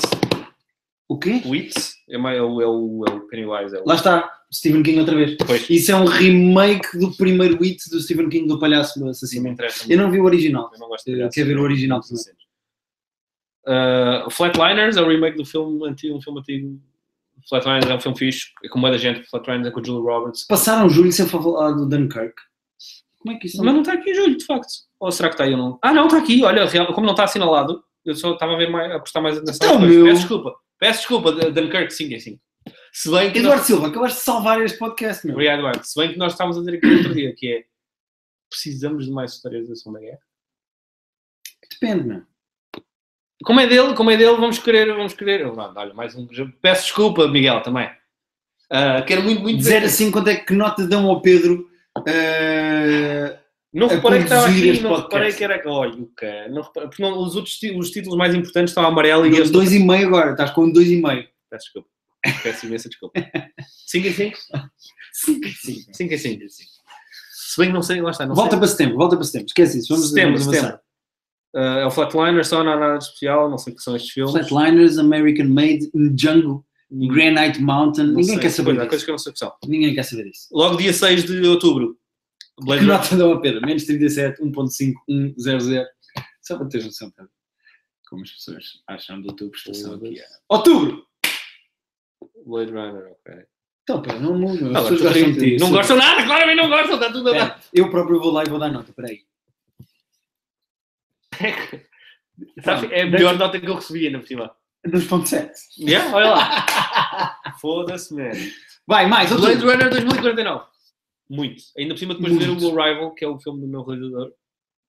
S2: O quê?
S1: O It é, mais- é, o, é, o, é o Pennywise. É o,
S2: Lá está. Stephen King outra vez.
S1: Pois.
S2: Isso é um remake do primeiro hit do Stephen King do Palhaço
S1: Sim, me
S2: Assassino.
S1: interessa.
S2: Eu não vi o original.
S1: Eu não gosto
S2: Eu
S1: de
S2: quero ver o original também.
S1: Uh, Flatliners é o remake do filme antigo, um filme antigo. Flatliners é um filme fixe, é com muita gente. Flatliners é com o Julie Roberts.
S2: Passaram julho sem falar do Dunkirk. Como é que isso
S1: Mas não está aqui em julho, de facto. Ou será que está aí ou não? Ah, não, está aqui. Olha, real- como não está assinalado, eu só estava a, ver mais, a prestar mais atenção.
S2: Então,
S1: às coisas.
S2: meu.
S1: Peço desculpa. Peço desculpa, D- Dunkirk 5 em 5. Se bem que nós...
S2: Eduardo Silva, acabaste de salvar este podcast, meu.
S1: Obrigado, Eduardo. Se bem que nós estávamos a dizer aqui no outro dia, que é precisamos de mais histórias da Segunda Guerra.
S2: Depende, meu.
S1: Como é dele, como é dele, vamos querer, vamos querer. Eu, não, olha, mais um. Peço desculpa, Miguel, também. Ah, quero muito, muito
S2: De
S1: ver.
S2: 0 a 5, quanto é que nota dão ao Pedro? Eh,
S1: Não
S2: a
S1: reparei que estava
S2: conduzir
S1: aqui,
S2: este
S1: não
S2: podcast.
S1: reparei que era. Olha, o cara, não reparei, porque não, os outros ti- os títulos mais importantes estão amarelo e
S2: dois
S1: este.
S2: Eh, dois e meio agora, estás com dois e meio.
S1: Peço desculpa. Peço imensa desculpa. 5 em 5? 5 em 5. Se bem que não sei, lá está. Não
S2: Volta
S1: sei.
S2: para setembro, volta para setembro. Esquece isso, vamos,
S1: setembro,
S2: vamos
S1: setembro.
S2: avançar.
S1: Ah, é o Flatliner, só não há nada de especial, não sei o que são estes filmes.
S2: Flatliners, American Made, Jungle, Granite Mountain.
S1: Não
S2: Ninguém
S1: sei,
S2: quer saber
S1: pois, Há
S2: disso.
S1: coisas que eu não sei o que são.
S2: Ninguém quer saber disso.
S1: Logo dia 6 de outubro. Blade
S2: Que
S1: Runner.
S2: nota dão a Pedro? Menos 37, 1.5, 1.00. Só para teres noção, Pedro. Como as pessoas acham do teu prestação aqui. É. Outubro!
S1: Blade Runner, ok.
S2: Então, Pedro, não assim muda. As
S1: Agora,
S2: pessoas
S1: Ah, tu
S2: gostam
S1: tens-
S2: de ti.
S1: Não
S2: Sou-
S1: gostam nada, claramente não gostam, está tudo a dar.
S2: Espera, Eu próprio vou lá e vou dar nota, peraí.
S1: Sabe, é a melhor nota que eu recebi ainda por cima.
S2: 2.7.
S1: Yeah, olha lá. Foda-se, man.
S2: Vai, mais,
S1: Blade
S2: outubro.
S1: Runner 2049. Muito. Ainda por cima, depois de ver
S2: Muito.
S1: o Arrival, que é o filme do meu realizador,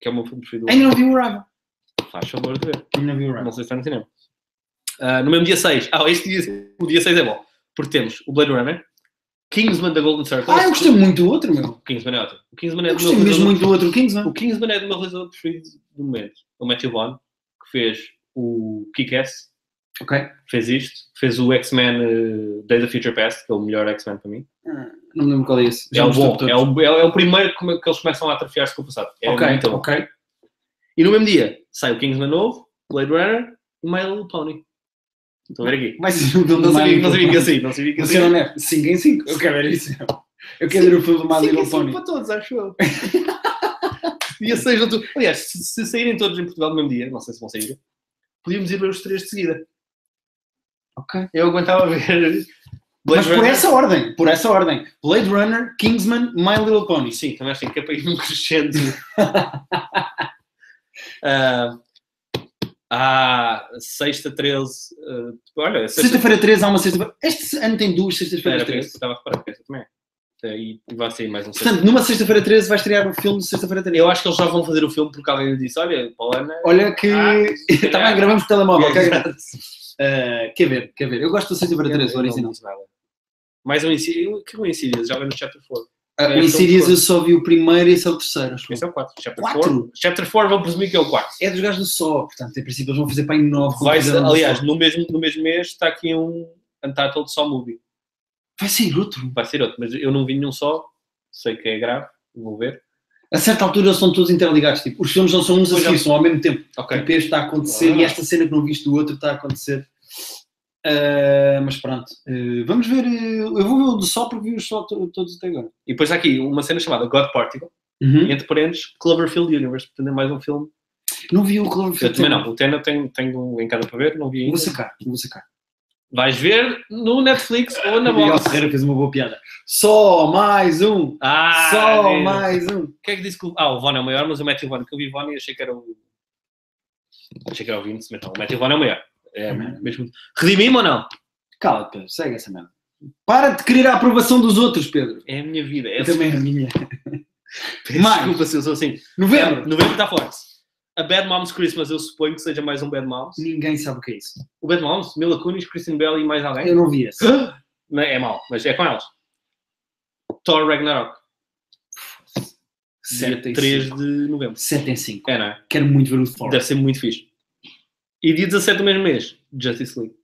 S1: que é o meu filme preferido.
S2: Ainda não vi o Arrival.
S1: Faz favor de ver.
S2: Ainda não vi um o
S1: Não
S2: Arrival.
S1: sei se está no cinema. Ah, no mesmo dia 6. Ah, este dia, o dia 6 é bom. Porque temos o Blade Runner, Kingsman da Golden Circle.
S2: Ah, eu gostei muito do outro, meu.
S1: O Kingsman é ótimo. O Kingsman é
S2: Eu
S1: do meu
S2: gostei mesmo
S1: realizador-
S2: muito do outro Kingsman.
S1: O Kingsman é do meu realizador preferido do momento. O Matthew Vaughn, que fez o Kick-Ass,
S2: Ok.
S1: fez isto, fez o X-Men eh, Days of Future Past, que é o melhor X-Men para mim.
S2: Ah, Não me lembro qual é esse.
S1: É o,
S2: me
S1: bom,
S2: estou
S1: é,
S2: todo.
S1: o, é, o- é o primeiro que, que eles começam a atrofiar-se com o passado. É
S2: Ok,
S1: muito bom.
S2: ok.
S1: E no mesmo dia sai o Kingsman novo, Blade Runner e My Little Pony. Estou a ver aqui.
S2: Mas o
S1: Não sabia, não sabia que ia
S2: assim.
S1: sair, não sabia que ia
S2: Vou ser
S1: sair.
S2: honesto, 5 em 5. Eu quero ver isso. Eu quero ver o filme do My
S1: Sim,
S2: Little
S1: sim,
S2: Pony.
S1: para todos, acho eu. Dia 6 de outubro. Aliás, se, se saírem todos em Portugal no mesmo dia, não sei se vão sair, podíamos ir ver os três de seguida.
S2: Ok.
S1: Eu aguentava ver Blade
S2: Mas por
S1: Runner.
S2: essa ordem, por essa ordem. Blade Runner, Kingsman, My Little Pony.
S1: Sim, também acho que é para ir num crescendo. Ah, Ah, sexta 13. eh, olha, sexta.
S2: Sexta-feira 13 há uma sexta-feira. Este ano tem duas sextas-feiras
S1: Era para
S2: 13.
S1: isso que estava a reparar, que esta também. é. E vai sair mais um sexta.
S2: Portanto, numa sexta-feira 13 vais estrear um filme de sexta-feira 13.
S1: Eu acho que eles já vão fazer o filme porque alguém disse: Olha, Paulana.
S2: Olha que.
S1: Ah,
S2: Está bem,
S1: calhar.
S2: gravamos por telemóvel.
S1: Yeah,
S2: caga. Ah, quer ver, quer ver. Eu gosto da sexta-feira
S1: é
S2: 13, o original.
S1: Mais um Insidious. O que é um Insidious? Já vai no Chapter 4.
S2: Ah,
S1: É,
S2: em
S1: são
S2: Sirius eu
S1: quatro.
S2: só vi o primeiro e esse é o terceiro. acho eu.
S1: Esse é o 4. Chapter
S2: Quatro?
S1: 4. Chapter 4, vou presumir que é o 4.
S2: É dos gajos do Sol, portanto, em princípio eles vão fazer para em 9.
S1: Vai, aliás, no mesmo, no mesmo mês está aqui um Untitled Só Movie.
S2: vai sair outro.
S1: Vai ser outro, mas eu não vi nenhum só. Sei que é grave, vou ver.
S2: A certa altura eles são todos interligados. Tipo, os filmes não são uns a
S1: Pois
S2: seguir,
S1: é.
S2: são ao mesmo tempo.
S1: Ok.
S2: Tipo, este está a acontecer
S1: Ah.
S2: e esta cena que não viste do outro está a acontecer. Ah, mas pronto, Ah, vamos ver. ah, eu vou ver o do Sol porque vi os Sol to- todos até agora.
S1: E depois há aqui uma cena chamada God Particle, e entre parênteses, Cloverfield Universe, portanto é mais um filme.
S2: Não vi o
S1: Eu
S2: Cloverfield.
S1: também não, o Tena tenho, tenho um em casa para ver, não vi
S2: Vou
S1: ainda.
S2: sacar, vou sacar.
S1: Vais ver no Netflix ou na
S2: o Miguel
S1: box.
S2: Ferreira fez uma boa piada. Só mais um!
S1: Ah,
S2: Só
S1: Deus.
S2: mais um!
S1: O que é que disse que o... Ah, o Von é o maior, mas o Matthew Vaughn, que eu vi Von e achei que era o... Achei que era o Vince, mas não, o Matthew Vaughn é o maior. É, mesmo... Redimi-me ou não?
S2: Cala, Pedro, segue essa merda. Para de querer a aprovação dos outros, Pedro.
S1: É a minha vida. É
S2: Eu também é a minha.
S1: Peço
S2: Mais.
S1: Desculpa se eu sou assim.
S2: Novembro.
S1: Novembro está forte. A Bad Moms Christmas, eu suponho que seja mais um Bad Moms.
S2: Ninguém sabe o que é isso.
S1: O Bad Moms, Mila Kunis, Kristen Bell e mais alguém.
S2: Eu não vi esse.
S1: Não, é mau, mas é com elas. Thor Ragnarok, dia
S2: 7 em
S1: 3
S2: 5.
S1: de novembro.
S2: 7 em 5.
S1: É, não é?
S2: Quero muito ver o Thor.
S1: Deve ser muito fixe. E dia 17 do mesmo mês, Justice League.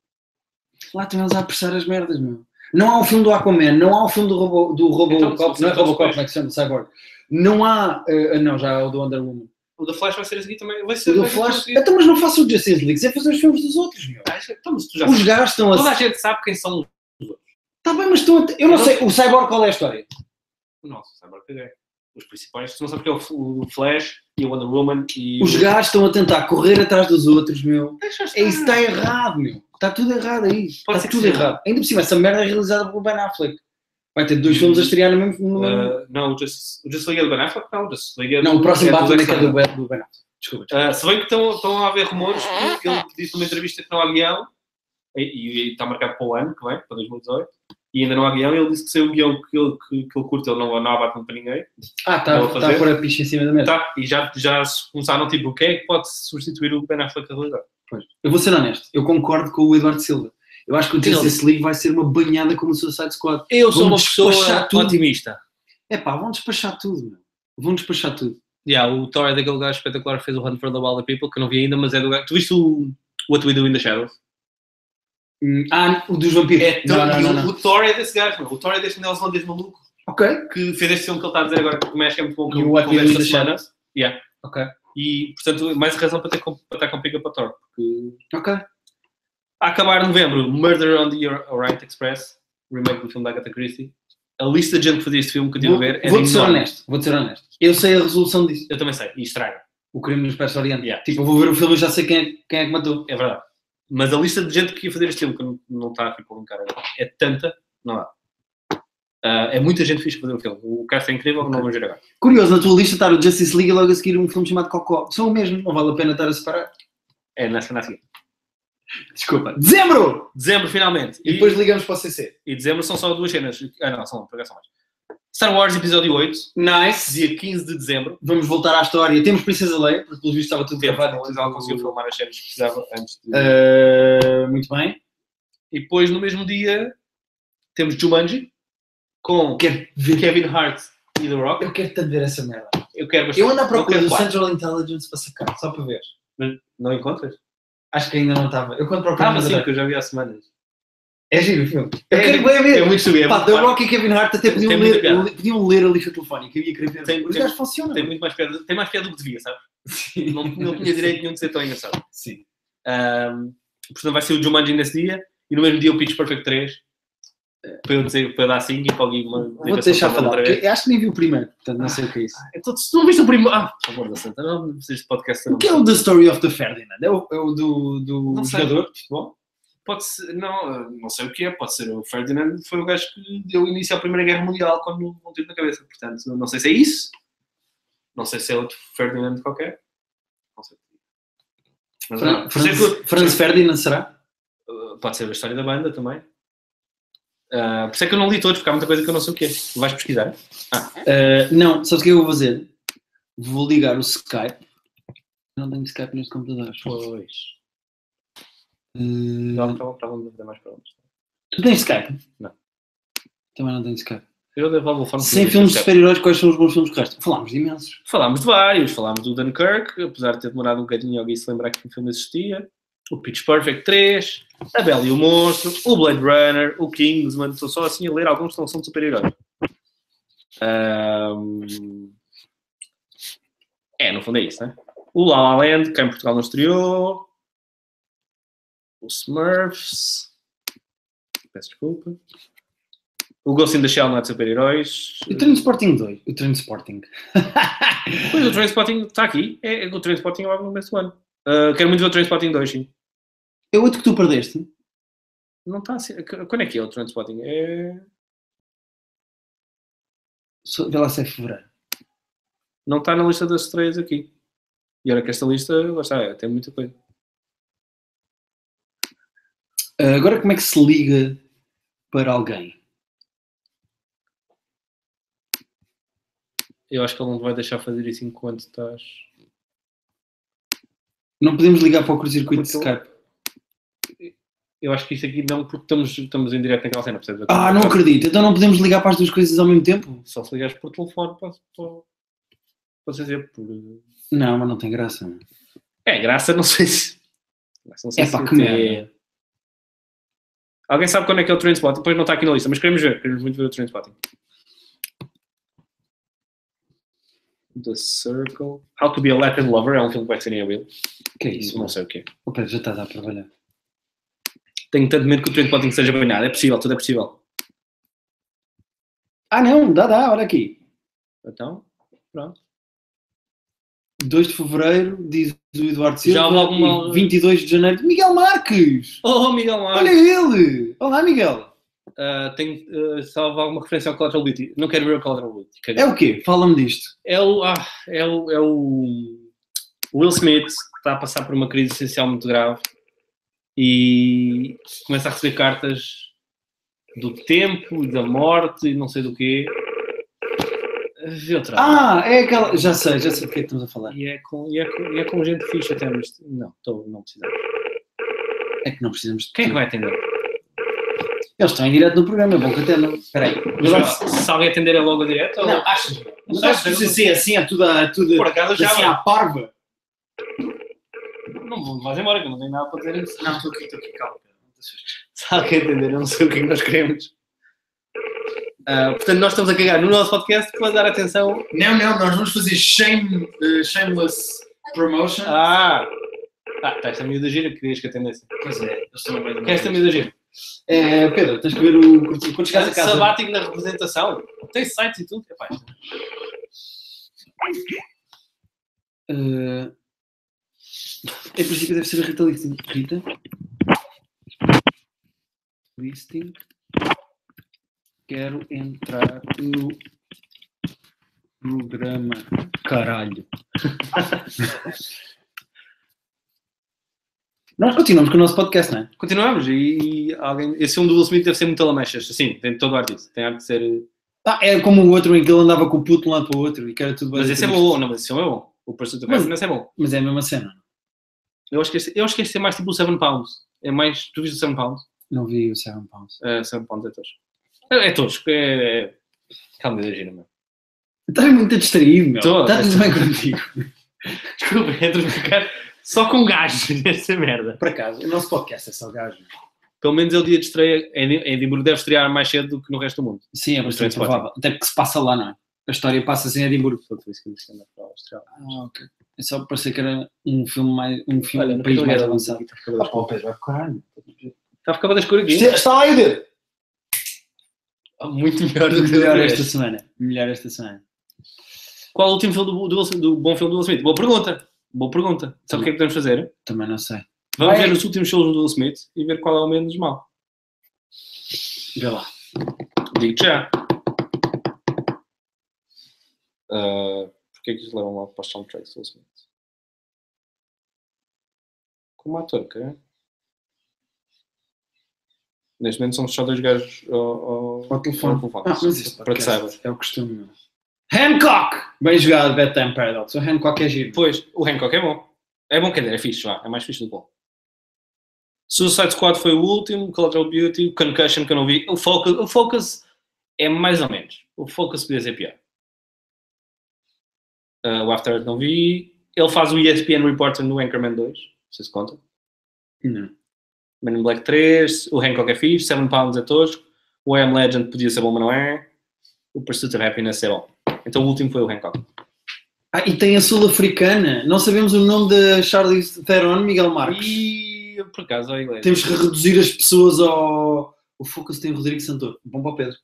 S2: Lá estão eles a apressar as merdas, meu. Não há o filme do Aquaman, não há o filme do, Robo, do Robocop,
S1: se
S2: não é
S1: você-
S2: Robocop, como é que se chama? Cyborg. Não há. ah, não, já é o do Wonder Woman.
S1: O da Flash vai ser a seguir também. Vai ser
S2: O do
S1: vai ser a
S2: Flash.
S1: seguir.
S2: Então, mas não façam o Justice League, é fazer os filmes dos outros, meu.
S1: Ah, então, mas tu já
S2: Os
S1: sabes.
S2: gajos estão a.
S1: Toda a gente sabe quem são
S2: Tá bem, mas estão a. Eu não
S1: Eu não-
S2: sei. O Cyborg qual é a história?
S1: os nossos, sabe? o que é? Os principais. Tu não sabes quem é o F- o Flash e o Wonder Woman e.
S2: Os
S1: o-
S2: gajos estão a tentar correr atrás dos outros, meu.
S1: Deixa estar.
S2: É isso está errado, meu. Está tudo errado
S1: Ah.
S2: aí.
S1: Pode
S2: Está
S1: ser que
S2: tudo
S1: seja.
S2: errado. Ainda por cima, essa merda é realizada pelo Ben Affleck. Vai ter
S1: Hum.
S2: dois filmes a estrear no mesmo. no mesmo-
S1: Uh, não, o Justice, o Justice League é do Ben Affleck? Não, o Justice League é do-
S2: não, o próximo
S1: é do
S2: Batman é
S1: Zack
S2: que é do
S1: Snyder.
S2: Ben, do ben Affleck. Desculpa.
S1: Uh, se bem que estão, estão a haver rumores que ele disse numa entrevista que não há guião e, e- e está marcado para o ano que vem, para 2018, e ainda não há guião. e Ele disse que sem o guião que ele, que, que ele curte, ele não, não há Batman para ninguém.
S2: Ah, está
S1: Vou
S2: tá
S1: fazer.
S2: a pôr a picha em cima da mesa.
S1: Tá, e já, já se começaram tipo, quem é que pode substituir o Ben Affleck a realizar?
S2: Pois. Eu vou ser honesto. Eu concordo com o Eduardo Silva. Eu acho que o
S1: Sim,
S2: Justice League vai ser uma banhada como o Suicide Squad.
S1: Eu
S2: sou uma pessoa
S1: otimista.
S2: É pá, vão despachar tudo, meu. Vão despachar tudo.
S1: Yeah, o Thor é daquele gajo espetacular que fez o Hunt for the Wilder People, que eu não vi ainda, mas é do gajo. Tu viste o What We Do in the Shadows?
S2: Hum, Ah, o dos vampiros.
S1: É
S2: não, não, não, não.
S1: O Thor é desse gajo, meu. o Thor é deste neozelandês maluco
S2: Ok.
S1: que fez este filme que ele está a dizer agora que o México é muito bom que
S2: E
S1: eu
S2: o What
S1: vi
S2: We Do in
S1: esta
S2: the
S1: semana.
S2: Shadows.
S1: Yeah.
S2: Ok.
S1: E, portanto, mais razão para, ter, com- para estar com pica para Thor. porque-
S2: Ok.
S1: A acabar novembro, Murder on the Orient Express, remake do filme da Agatha Christie. A lista de gente que fazia este filme que eu tive a
S2: Vou-
S1: ver é
S2: Vou-te ser
S1: enorme.
S2: honesto. Vou-te ser honesto. Eu sei a resolução disso.
S1: Eu também sei, e estraga,
S2: O crime no Expresso Oriente.
S1: Yeah.
S2: Tipo, eu vou ver o filme e já sei quem é, quem é que matou.
S1: é verdade. Mas a lista de gente que ia fazer este filme, que não- não está aqui por um cara, é tanta, não dá. Ah, é muita gente fixe a fazer o filme. O cast é incrível, não vamos ver agora.
S2: Curioso, na tua lista estar o Justice League e logo a seguir um filme chamado Cocó. São o mesmo, não vale a pena estar a separar.
S1: É na semana a seguir.
S2: Desculpa. Dezembro!
S1: Dezembro, finalmente.
S2: E depois ligamos para o CC.
S1: e dezembro são só duas cenas. Ah, não, são, por acaso são mais. Star Wars Episódio 8,
S2: Nice.
S1: dia 15 de dezembro.
S2: Vamos voltar à história. Temos Princesa Leia, porque pelo visto estava tudo
S1: Teve,
S2: gravado.
S1: ela conseguiu filmar as cenas que precisava antes de...
S2: Ah, muito bem.
S1: E depois, no mesmo dia, temos Jumanji, com
S2: Quero ver.
S1: Kevin Hart e The Rock.
S2: Eu quero tanto ver essa merda.
S1: Eu quero bastante.
S2: Eu ando à procura
S1: quero
S2: do
S1: quatro.
S2: Central Intelligence para sacar, só para ver.
S1: Não encontras?
S2: Acho que ainda não estava. Eu quando procuro.
S1: Estava
S2: não
S1: assim,
S2: estava.
S1: que eu já vi há semanas.
S2: É giro o filme. Ah, Eu
S1: É,
S2: quero bem ver.
S1: É muito subir, é
S2: Pá, The
S1: muito
S2: Rock e Kevin Hart até
S1: Tem
S2: podiam
S1: muita
S2: ler,
S1: piada.
S2: le- podiam ler a lista telefónica. Eu ia querer ver.
S1: Tem-
S2: Os
S1: tem-
S2: gajos funcionam.
S1: tem muito mais piada, tem mais piada do que devia, sabe?
S2: Sim.
S1: Não, não tinha direito nenhum de ser tão engraçado.
S2: Sim.
S1: Ahm, portanto, vai ser o Jumanji nesse dia e no mesmo dia o Pitch Perfect 3 para eu dizer, para eu dar 5 e para alguém uma.
S2: Vou-te deixar falar. porque eu acho que nem vi o primeiro, portanto não sei o que é isso.
S1: Então, se não viste o primeiro. Ah, por favor, da Santa, não precisas de podcast.
S2: O que é o The Story of the Ferdinand? É o, é o do, do
S1: Não sei.
S2: jogador de futebol?
S1: Pode ser, não, ah, não sei o que é, pode ser o Ferdinand, foi o gajo que deu início à Primeira Guerra Mundial quando não teve na cabeça. Portanto, não sei se é isso, não sei se é outro Ferdinand qualquer. Não sei. Mas,
S2: Fran-
S1: não. Por
S2: Franz,
S1: isso é que eu-
S2: Franz Ferdinand será?
S1: Uh, pode ser a história da banda também. Uh, por isso é que eu não li todos, porque há muita coisa que eu não sei o que é. Vais pesquisar?
S2: Uh, não, sabes o que é que eu vou fazer? Vou ligar o Skype. Não tenho Skype neste computador.
S1: Pois.
S2: Uh,
S1: Não, estavam estavam a fazer mais perguntas.
S2: tu tens Skype?
S1: Não.
S2: Também não tenho Skype.
S1: Eu devo alguma forma.
S2: Sem filmes de super-heróis, quais são os bons filmes que restam? Falámos de imensos.
S1: Falámos de vários. Falámos do Dunkirk, apesar de ter demorado um bocadinho alguém se lembrar que o filme existia. O Pitch Perfect 3, A Bela e o Monstro, o Blade Runner, o Kingsman. Estou só assim a ler alguns que não são de super-heróis. Ahm, É, no fundo é isso, né? O La La Land, que em Portugal não estreou. O Smurfs. Peço desculpa. O Ghost in the Shell não é de super-heróis.
S2: O Transporting 2. O Transporting.
S1: Pois o Trainspotting está aqui. É, é que o Trainspotting logo no começo do ano. Ah, quero muito ver o Trainspotting 2, sim.
S2: É outro que tu perdeste?
S1: Não está assim. Qu- Quando é que é o Trainspotting? É...
S2: Só- Vê lá se é fevereiro.
S1: Não está na lista das três aqui. E olha que esta lista, lá está, é, tem muita coisa.
S2: Ah, agora, como é que se liga para alguém?
S1: Eu acho que ele não te vai deixar fazer isso enquanto estás.
S2: Não podemos ligar para o curto-circuito de
S1: Porque eu-
S2: Skype.
S1: Eu acho que isto aqui não, porque estamos, estamos em direto naquela cena, percebes?
S2: Ah, não acredito. Então não podemos ligar para as duas coisas ao mesmo tempo?
S1: Só se ligares por telefone, posso, posso, posso dizer por.
S2: Não, mas não tem graça.
S1: É, graça, não sei se. graça, Não sei
S2: Epá,
S1: se
S2: que
S1: tem-
S2: merda.
S1: Alguém sabe quando é que é o Trainspotting? Depois não está aqui na lista, mas queremos ver. Queremos muito ver o Trainspotting. The Circle. How to be a Latin Lover é um filme que vai ser em abril.
S2: Que é isso?
S1: Isso não sei o quê.
S2: O Pedro já estás a trabalhar.
S1: Tenho tanto medo que o Trainspotting seja banhado. É possível, tudo é possível.
S2: Ah, não, dá, dá, olha aqui.
S1: Então,
S2: 2 de fevereiro, diz o Eduardo Silva.
S1: Já houve alguma-
S2: e 22 de janeiro, de Miguel Marques!
S1: Oh, Miguel Mar!
S2: Olha ele! Olá, Miguel!
S1: Ah, tenho ah, só alguma referência ao Collateral Beauty. Não quero ver o Collateral Beauty.
S2: É o quê? Fala-me disto.
S1: É o, ah, é o, é o o Will Smith está a passar por uma crise essencial muito grave e começa a receber cartas do tempo, da morte e não sei do quê. Vê outra.
S2: Ah, é aquela. Já sei, já sei do que é que estamos a falar.
S1: E, é com, e, é com, e é com gente fixe até, mas não, tô, não precisamos.
S2: É que não precisamos de.
S1: Quem é que vai atender?
S2: Eles estão em direto no programa, é bom que até não. Espera aí. Vê lá se-
S1: Se, se alguém atender é logo a direto?
S2: Não,
S1: Ou...
S2: achas? Mas achas que precisa ser assim, é tudo, a, tudo
S1: Por acaso já
S2: assim
S1: vai.
S2: à parva?
S1: Não, vais embora, que eu não tenho nada para dizer. Não, estou aqui, estou aqui, calma. Se alguém entender, eu não sei o que é que nós queremos. Ah, portanto, nós estamos a cagar no nosso podcast para dar atenção.
S2: Não, não, nós vamos fazer shame, eh, shameless promotion.
S1: Ah! Ah, está esta miúda gira, querias que atendesse.
S2: pois é, eles estão bem.
S1: Quem é esta miúda gira?
S2: É, Pedro, tens que ver o curto. Quando chegares a casa.
S1: Sabático na representação. Tem sites e tudo. Epá, isto-
S2: Eh, em princípio deve ser a Rita Listing. Rita? Listing. Quero entrar no programa. Caralho. Nós continuamos com o nosso podcast, não é?
S1: Continuamos e alguém. Esse filme do Will Smith deve ser muito alamechas. Assim, tem todo o artista. Tem arte de ser.
S2: Ah, é como o outro em que ele andava com o puto de um lado para o outro e que era tudo bem.
S1: Mas esse é bom, não, mas esse filme é bom. O Pursuit of
S2: Mas-
S1: Happiness é bom.
S2: Mas é a mesma cena.
S1: Eu acho que este, eu acho que este é mais tipo o Seven Pounds. É mais. Tu viste o Seven Pounds?
S2: Não vi o Seven Pounds.
S1: É, Seven Pounds é tosco. É, é tosco. É. é... Calma, eu giro, meu.
S2: Estás Tá muito distraído, meu.
S1: Tô.
S2: Está tudo bem contigo.
S1: Desculpa, entro a ficar só com gajos nesta merda.
S2: Por acaso, o nosso podcast é só gajo.
S1: Pelo menos ele dia de estreia. Em Edi- em Edimburgo deve estrear mais cedo do que no resto do mundo.
S2: Sim, é bastante
S1: Transporting.
S2: provável. Até porque se passa lá, não é? A história passa-se em Edimburgo.
S1: Foi por isso que eu disse que anda para a Austrália.
S2: Ah, ok. É só parecer que era um filme mais. Um filme
S1: Olha,
S2: um
S1: não
S2: país
S1: quero
S2: mais
S1: mais
S2: avançado. Ah,
S1: Está Tá a ficar das cores aqui. Ah,
S2: Está lá o dedo!
S1: Muito melhor do que
S2: Melhor
S1: o
S2: esta semana. Melhor esta semana.
S1: Qual o último filme do, do, Will Smith- do bom filme do Will Smith? Boa pergunta. Boa pergunta. Sabe o que é que podemos fazer?
S2: Também não sei.
S1: Vamos
S2: Vai.
S1: ver os últimos filmes do Will Smith e ver qual é o menos mau.
S2: Vê lá.
S1: Digo-te já. Ah, Porquê é que eles levam lá para os soundtracks do Will Smith? como ator, cara. Neste momento somos só dois gajos ao, ao,
S2: Ao telefone.
S1: ao telefone.
S2: Ah, mas este
S1: para que
S2: podcast
S1: saibas.
S2: É o costume. meu. Hancock! Bem jogado, Bedtime Paradox. O Hancock é giro.
S1: Pois, o Hancock é bom. É bom, quer dizer, é fixe, vá. É mais fixe do que bom. Suicide Squad foi o último, Collateral Beauty, Concussion que eu não vi. O Focus, o Focus é mais ou menos. O Focus podia ser pior. Ah, o After Earth não vi. Ele faz o ESPN Reporter no Anchorman 2, não sei se conta.
S2: Não.
S1: Men in Black 3, o Hancock é fixe, Seven Pounds é tosco, o I Am Legend podia ser bom, mas não é. O Pursuit of Happiness é bom. Então o último foi o Hancock.
S2: Ah, e tem a sul-africana. Não sabemos o nome da Charlize Theron, Miguel Marques.
S1: E por acaso, a igreja.
S2: Temos que reduzir as pessoas ao... O Focus tem o Rodrigo Santoro. Bom para o Pedro.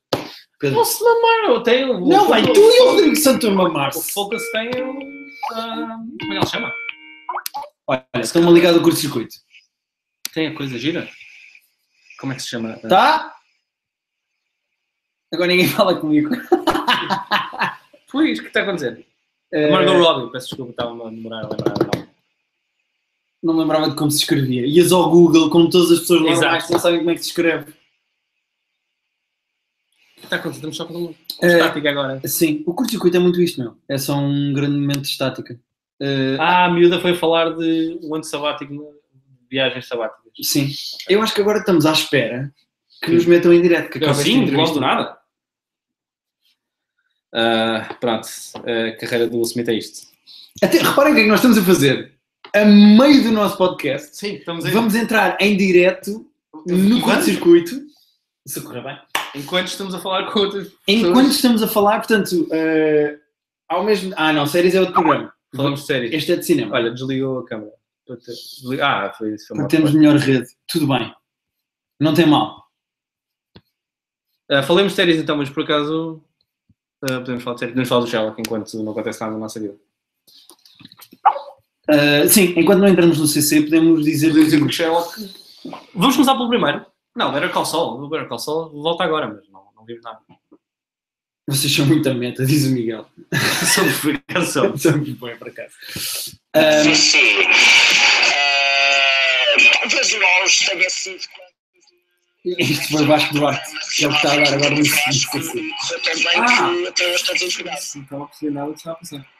S2: Pedro.
S1: Posso mamar, eu tenho.
S2: Não, vai tu e o Rodrigo Santoro
S1: O
S2: mamar-se.
S1: Focus tem o. ah, como é que ele chama?
S2: Olha, estão-me ligado ao curto-circuito.
S1: Tem a coisa gira? Como é que se chama?
S2: Tá? Agora ninguém fala comigo.
S1: Pois, o que está a acontecer?
S2: Eh,
S1: Margot Robbie, peço desculpa, estava a demorar a lembrar. o nome.
S2: não me lembrava de como se escrevia. Ias ao Google, como todas as pessoas
S1: Exato.
S2: normais, não sabem como é que se escreve.
S1: O que está a acontecer? Estamos só com um
S2: Eh,
S1: estática agora.
S2: Sim, o curto-circuito é muito isto, meu. É só um grande momento de estática. Eh,
S1: Ah, a miúda foi falar de um ano sabático, de viagens sabáticas.
S2: sim, eu acho que agora estamos à espera que nos metam em direto, que
S1: Eu
S2: acaba
S1: sim,
S2: esta
S1: não gosto
S2: entrevista.
S1: do nada. Ah, pronto, a carreira do Will Smith é isto.
S2: Até, reparem o que é que nós estamos a fazer. A meio do nosso podcast,
S1: Sim, estamos
S2: vamos entrar em direto no curto-circuito. Se correr bem.
S1: Enquanto estamos a falar com outras
S2: Enquanto estamos a falar, portanto, eh, ao mesmo... Ah não, séries é outro programa.
S1: Falamos de séries.
S2: Este é de cinema.
S1: Olha, desligou a câmera. Para ter- desli- Ah, foi isso. Foi mal.
S2: Porque temos melhor rede. Tudo bem. Não tem mal.
S1: Ah, falemos de séries então, mas por acaso ah, podemos falar de séries. Podemos falar do Sherlock enquanto não acontece nada na nossa vida.
S2: Ah, sim, enquanto não entramos no CC, podemos dizer.
S1: Sherlock. Vamos começar pelo primeiro. Não, Better Call Saul. O Better Call Saul volta agora, mas não, não vimos nada.
S2: Vocês são muita meta, diz o Miguel.
S1: Somos por acaso. somos.
S2: São muito bem, por acaso. Ah,
S3: Sim. Vejo lá os estabelecidos.
S2: isto foi Vasco Duarte. que É o que está a dar agora no
S3: Vasco,
S2: CC.
S3: até bem que até hoje está desempregado.
S1: Então não percebi nada do que estava a passar.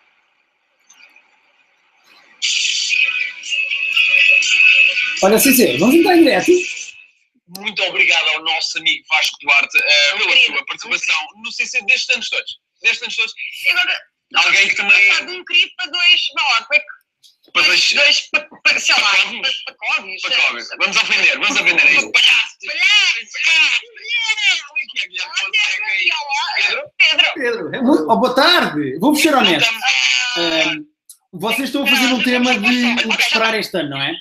S2: Olha, CC, vamos entrar em direto.
S3: Muito obrigado ao nosso amigo Vasco Duarte eh, pela sua participação no CC destes anos todos. Destes anos todos.
S5: E agora,
S3: Alguém que também.
S5: passar de um querido para dois, vá lá, como é que
S3: Para dois,
S5: dois, pa, pa, sei lá,
S3: Pacóvios.
S5: pa- pacóvios,
S3: para
S5: sei lá.
S3: Clóvis. Vamos ofender, vamos ofender a isto. Palhaço! Palhaço! Palhaço! Como é que é, Guilherme?
S5: Olha,
S3: Você é que é Pedro?
S5: Pedro,
S1: Pedro,
S2: Mu- oh, boa tarde. Vou fechar honesto.
S3: Ah,
S2: Ah, vocês estão a fazer um tema de o que esperar este ano, não é?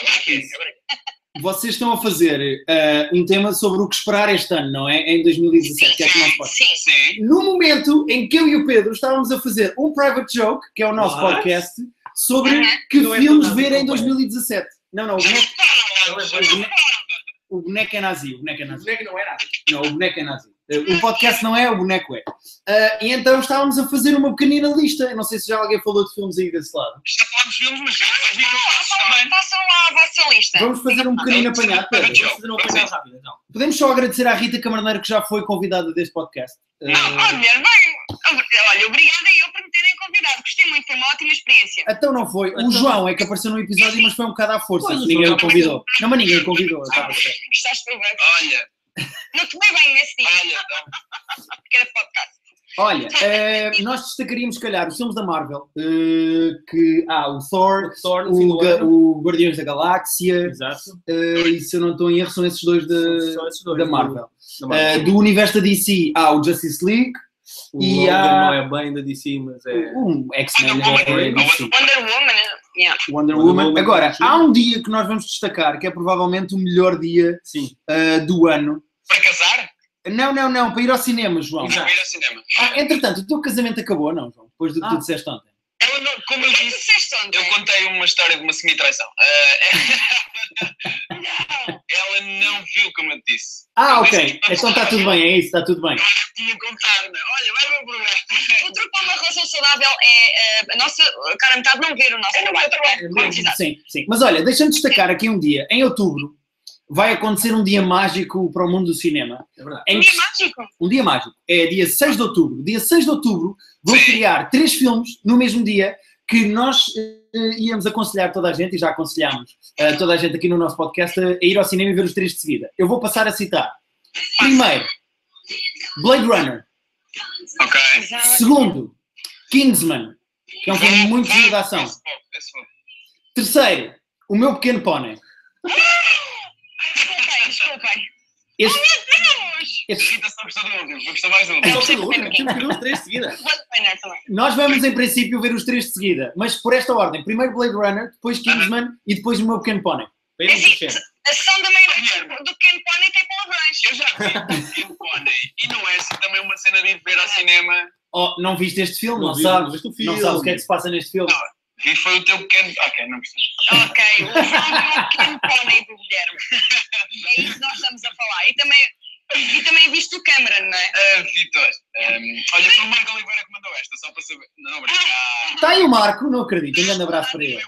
S3: agora aqui, agora aqui.
S2: Vocês estão a fazer ah, um tema sobre o que esperar este ano, não é? Em 2017, que é que nós podemos.
S5: sim,
S3: Sim.
S2: no momento em que eu e o Pedro estávamos a fazer um private joke, que é o nosso
S1: What?
S2: podcast, sobre
S5: Uhum.
S2: que
S1: Não é
S2: filmes
S1: verdade,
S2: ver em
S1: não é.
S2: 2017. Não, não, o
S3: Já
S2: boneco,
S3: repararam, já
S2: o boneco- o boneco é nazi, o boneco é nazi.
S1: não era.
S2: Não, o boneco é nazi. O podcast não é, o boneco é. Ah, e então estávamos a fazer uma pequenina lista. Eu não sei se já alguém falou de filmes aí desse lado.
S3: Já falámos filmes, mas já vi os nossos
S5: façam,
S3: também.
S5: façam Tá lá a vossa lista.
S2: Vamos fazer um pequenino apanhado, Pedro.
S1: Vamos fazer uma coisa mais rápida, então.
S2: Podemos só agradecer à Rita Camarneiro que já foi convidada deste podcast.
S5: Ah,
S2: Ah,
S5: olha, bem, olha, obrigada eu por me terem convidado, gostei muito, foi uma ótima experiência.
S2: então não foi. O
S1: Então-
S2: João é que apareceu no episódio, mas foi um bocado à força.
S1: Pois, o
S2: ninguém
S1: João
S2: o convidou. Não, mas ninguém o convidou. tá eu estava a dizer.
S5: Gostaste do bem?
S3: Olha,
S5: Não tomei bem nesse dia,
S3: olha,
S5: porque era
S3: Ah,
S5: podcast.
S2: Olha, eh, nós destacaríamos, se calhar, os filmes da Marvel, eh, que há o Thor,
S1: Thor, no fim
S2: o,
S1: do
S2: Ga-
S1: ano.
S2: o Guardiões da Galáxia,
S1: Exato.
S2: eh, e se eu não estou em erro, são esses dois de-
S1: Só esses dois.
S2: da
S1: Da
S2: Marvel. Eh,
S1: Marvel.
S2: do universo da DC há o Justice League,
S1: O
S2: e
S1: Logan
S2: há-
S1: não é bem da DC, mas é.
S2: o um X-Men
S3: Wonder
S2: é, é
S3: Woman.
S2: DC,
S5: Wonder Woman, né? yeah.
S1: Wonder
S2: Wonder Woman.
S1: Woman.
S2: Agora, há um dia que nós vamos destacar, que é provavelmente o melhor dia
S1: Sim.
S2: eh, do ano.
S3: para casar,
S2: Não, não, não, para ir ao cinema, João.
S1: Exato.
S3: para ir ao cinema.
S2: Ah, entretanto, o teu casamento acabou, não, João? Depois do que
S1: Ah.
S2: tu disseste ontem.
S3: Ela não, como eu
S5: Mas É tu
S3: disse,
S5: disseste ontem.
S3: eu contei uma história de uma semi-traição. Ah,
S5: Não.
S3: ela não viu como eu te disse.
S2: Ah, ok. Então está tudo bem, é isso, está tudo bem.
S3: Tinha contar, né? Olha, vai para o programa.
S5: O truque para uma relação saudável é eh, a nossa cara a metade não ver o nosso
S3: É não ver o
S5: trabalho.
S3: trabalho.
S5: Claro, exato.
S2: Sim, sim. Mas olha, deixa-me destacar aqui um dia, em outubro, vai acontecer um dia mágico para o mundo do cinema.
S1: É verdade.
S2: em
S5: Um
S2: que-
S5: dia mágico.
S2: Um dia mágico. É dia 6 de outubro. Dia 6 de outubro vão criar três filmes no mesmo dia que nós eh, íamos aconselhar toda a gente, e já aconselhámos eh, toda a gente aqui no nosso podcast, eh, a ir ao cinema e ver os três de seguida. Eu vou passar a citar. Primeiro, Blade Runner.
S3: Ok.
S5: Exato.
S2: Segundo, Kingsman, que é um filme muito giro de ação.
S3: Esse bom, esse bom.
S2: Terceiro, O Meu Pequeno Pony.
S5: Desculpem, desculpem.
S2: Este,
S5: Vamos!
S2: este-
S3: Rita, só gostou de um, viu? Gostou mais de um.
S5: É.
S1: Temos que ver os três de seguida.
S5: Vou apanhar também.
S2: nós vamos, em princípio, ver os três de seguida, mas por esta ordem. Primeiro Blade Runner, depois Kingsman e depois O Meu Pequeno Pony.
S1: Para irmos
S5: Esse-
S1: crescendo.
S5: É assim, A sessão da meia do do pequeno pônei tem palavrões.
S3: Eu já vi o Pony e não é assim também uma cena de ir ver ao cinema.
S2: Oh, não viste este filme? Não,
S1: vi-
S2: sabes?
S1: viste o
S2: Não sabes o que é que se passa neste filme?
S3: E foi o teu pequeno. Ok, não precisas.
S5: Ok, o Flávio pequeno pônei do Guilherme. É isso que nós estamos a falar. E também, e também viste o Cameron, não é?
S3: Ah, Vitor, ehm, olha, foi o Marco Oliveira que mandou esta, só para saber. Não, obrigado.
S2: Está Tá aí o Marco, não acredito. Um grande abraço para ele.